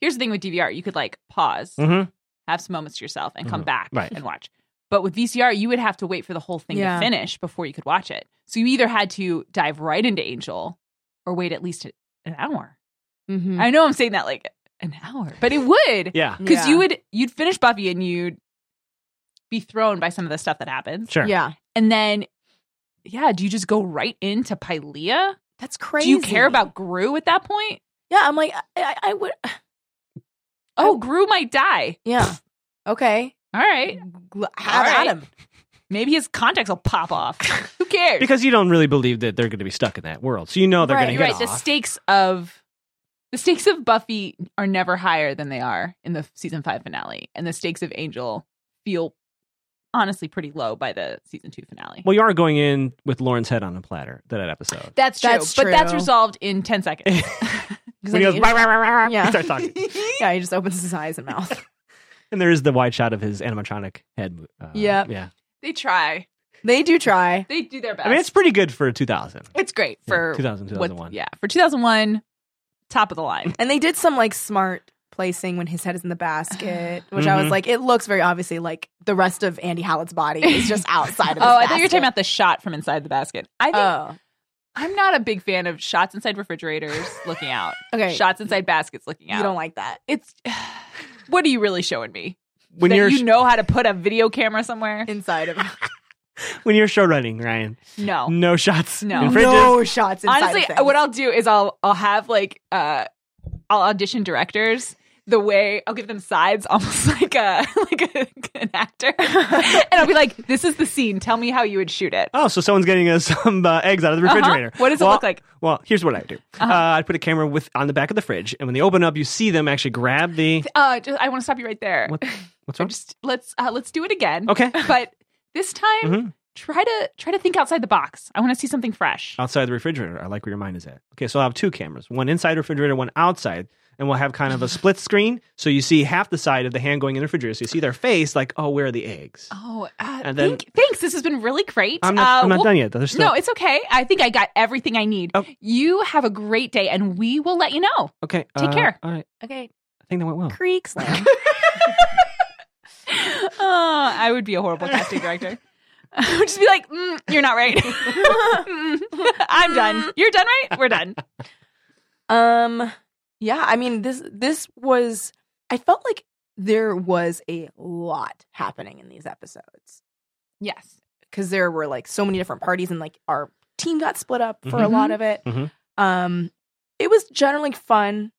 D: Here's the thing with DVR: you could like pause,
E: Mhm.
D: have some moments to yourself, and come
E: Mhm.
D: back
E: Right.
D: and watch. But with VCR, you would have to wait for the whole thing
F: Yeah.
D: to finish before you could watch it. So you either had to dive right into Angel, or wait at least an hour.
F: mm-hmm.
D: I know I'm saying that like an hour, but it would
E: Yeah.
D: because you would you'd finish Buffy and you'd be thrown by some of the stuff that happens,
E: Sure.
F: yeah
D: and then yeah, do you just go right into Pylea?
F: that's crazy
D: Do you care about Gru at that point?
F: yeah i'm like I, I, I would
D: Oh,
F: I-
D: Gru might die.
F: yeah okay
D: All right.
F: have
D: All right.
F: at him
D: Maybe his contacts will pop off. Who cares?
E: Because you don't really believe that they're going to be stuck in that world. So you know they're
F: Right,
E: going
D: You're
E: to
D: right.
E: get
D: The
E: off.
D: stakes of the stakes of Buffy are never higher than they are in the season five finale, and the stakes of Angel feel honestly pretty low by the season two finale.
E: well, you are going in with Lauren's head on a platter to that episode.
D: that's true,
F: That's
D: but that's
F: true.
D: resolved in ten seconds.
E: when he goes, "Rah, rah, rah, rah, rah,"
F: Yeah.
E: he starts talking.
F: yeah, he just opens his eyes and mouth.
E: And there is the wide shot of his animatronic head. Uh,
F: Yep.
E: Yeah.
D: they try.
F: they do try.
D: They do their best.
E: I mean, it's pretty good for 2000.
D: It's great
E: Yeah,
D: for
E: 2000,
D: what-
E: 2001.
D: yeah, for two thousand one, top of the line.
F: And they did some like smart placing when his head is in the basket, which I
D: Mm-hmm.
F: was
E: Mhm.
F: like, it looks very obviously like the rest of Andy Hallett's body is just outside of his
D: oh, I thought you were talking about the shot from inside the basket. I think
F: about
D: Uh, I'm not a big fan of shots inside refrigerators looking out,
F: Oh, okay.
D: shots inside baskets looking out.
F: You don't like that.
D: it's what are you really showing me?
E: When
D: that
E: you're
D: you know how to put a video camera somewhere?
F: Inside of
E: when you're show running, Ryan,
D: No.
E: no shots.
D: No.
E: in fridges.
F: no shots inside
D: Honestly,
F: of things.
D: what I'll do is I'll I'll have like uh I'll audition directors the way I'll give them sides almost like a like a, an actor. and I'll be like, this is the scene. Tell me how you would shoot it.
E: Oh, so someone's getting us some uh, eggs out of the
D: Uh-huh.
E: refrigerator.
D: What does it
E: Well-
D: look like? Uh-huh.
E: Well, here's what I would do. uh I'd put a camera with on the back of the fridge, and when they open up, you see them actually grab the.
D: Uh just, I want to stop you right there.
E: What, what's
D: So
E: wrong?
D: just let's uh, let's do it again.
E: Okay.
D: But this time
E: Mhm.
D: try to try to think outside the box. I want to see something fresh.
E: outside the refrigerator. I like where your mind is at. Okay, so I'll have two cameras, one inside the refrigerator, one outside, and we'll have kind of a split screen. So you see half the side of the hand going in the refrigerator. So you see their face, like, oh, where are the eggs?
D: Oh, uh,
E: And then-
D: thank- thanks. This has been really great.
E: I'm not,
D: Uh,
E: I'm not
D: we'll-
E: done yet. There's still
D: No, it's okay. I think I got everything I need.
E: Oh.
D: You have a great day, and we will let you know.
E: okay.
D: take
E: uh,
D: care.
E: All right,
F: Okay,
E: I think that went well.
F: Creek Slam.
D: Oh, I would be a horrible casting director. I would just be like, mm, "You're not right. Mm. I'm done. You're done, right? We're done."
F: Um yeah, I mean this this was I felt like there was a lot happening in these episodes
D: Yes.
F: cuz there were like so many different parties and like our team got split up for a
D: Mhm.
F: lot of it.
E: Mhm.
F: Um it was generally fun.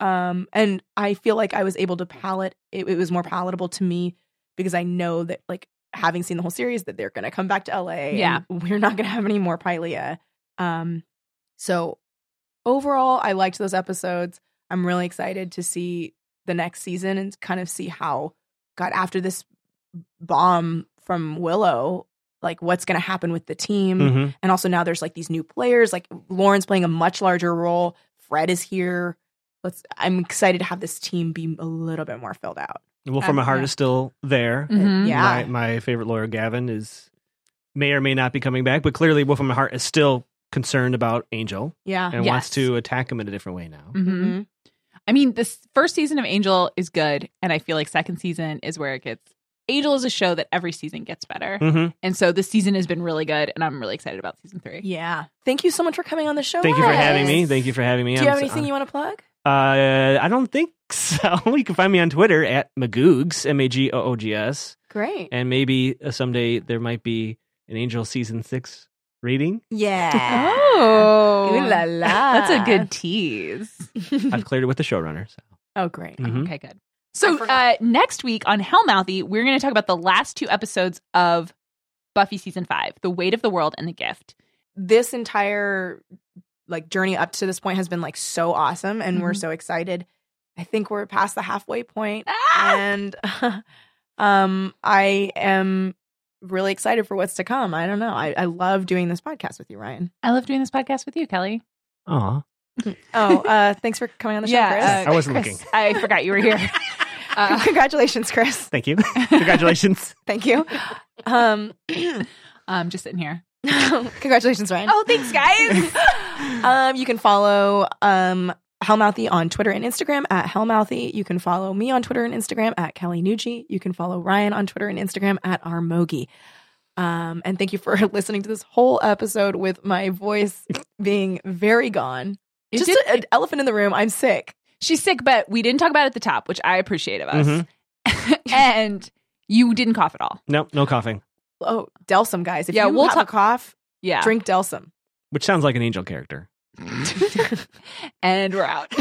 F: Um and I feel like I was able to palate it, it was more palatable to me because I know that like having seen the whole series that they're going to come back to LA and
D: Yeah.
F: we're not going to have any more Pylea. Um so overall, I liked those episodes. I'm really excited to see the next season and kind of see how, God, after this bomb from Willow, like what's going to happen with the team.
E: Mhm.
F: And also now there's like these new players, like Lauren's playing a much larger role. Fred is here. Let's, I'm excited to have this team be a little bit more filled out.
E: Well, for my
D: Um,
E: heart
D: yeah.
E: is still there.
D: Mhm.
F: Yeah.
E: My, my favorite lawyer, Gavin, is may or may not be coming back, but clearly, Wolf of My Heart is still concerned about Angel
F: Yeah.
E: and wants
D: Yes.
E: to attack him in a different way now.
D: Mhm. I mean, this first season of Angel is good, and I feel like second season is where it gets. Angel is a show that every season gets better,
E: Mm-hmm.
D: and so this season has been really good, and I'm really excited about season three.
F: Yeah. Thank you so much for coming on the show.
E: Thank you for having me.
F: Alex.
E: Thank you for having me.
F: Do you
E: I'm
F: have
E: so-
F: anything you want to plug?
E: Uh, I don't think so. you can find me on Twitter at Magoogs, M A G O O G S,
F: Great.
E: and maybe uh, someday there might be an Angel season six reading.
F: Yeah.
D: Oh,
F: Ooh la la.
D: that's a good tease.
E: I've cleared it with the showrunner. So.
F: Oh, great.
E: Mhm.
D: Okay, good. So uh, next week on Hellmouthy, we're going to talk about the last two episodes of Buffy season five: The Weight of the World and The Gift.
F: this entire like journey up to this point has been like so awesome and we're
D: Mhm.
F: so excited. I think we're past the halfway point
D: Ah!
F: and um I am really excited for what's to come. I don't know. I, I love doing this podcast with you, Ryan.
D: I love doing this podcast with you, Kelly.
E: Aw.
F: Oh, uh thanks for coming on the show,
D: yeah,
F: Chris.
E: I wasn't
D: Chris,
E: looking.
D: I forgot you were here. Uh,
F: Congratulations, Chris.
E: Thank you. Congratulations.
F: Thank you. Um
D: I'm just sitting here.
F: congratulations, Ryan.
D: Oh, thanks, guys.
F: Um, you can follow um Hellmouthy on Twitter and Instagram at Hellmouthy. You can follow me on Twitter and Instagram at Kelly Nucci. You can follow Ryan on Twitter and Instagram at Armogi. Um, and thank you for listening to this whole episode with my voice being very gone.
D: It
F: Just
D: did-
F: a- an elephant in the room. I'm sick.
D: She's sick, but we didn't talk about it at the top, which I appreciate of us.
E: Mhm.
D: Mm-hmm. and you didn't cough at all.
E: no, no coughing,
F: Oh, Delsum, guys. If
D: Yeah,
F: you
D: we'll
F: have a
D: talk-
F: cough,
D: Yeah.
F: drink Delsum.
E: which sounds like an Angel character.
D: and we're out.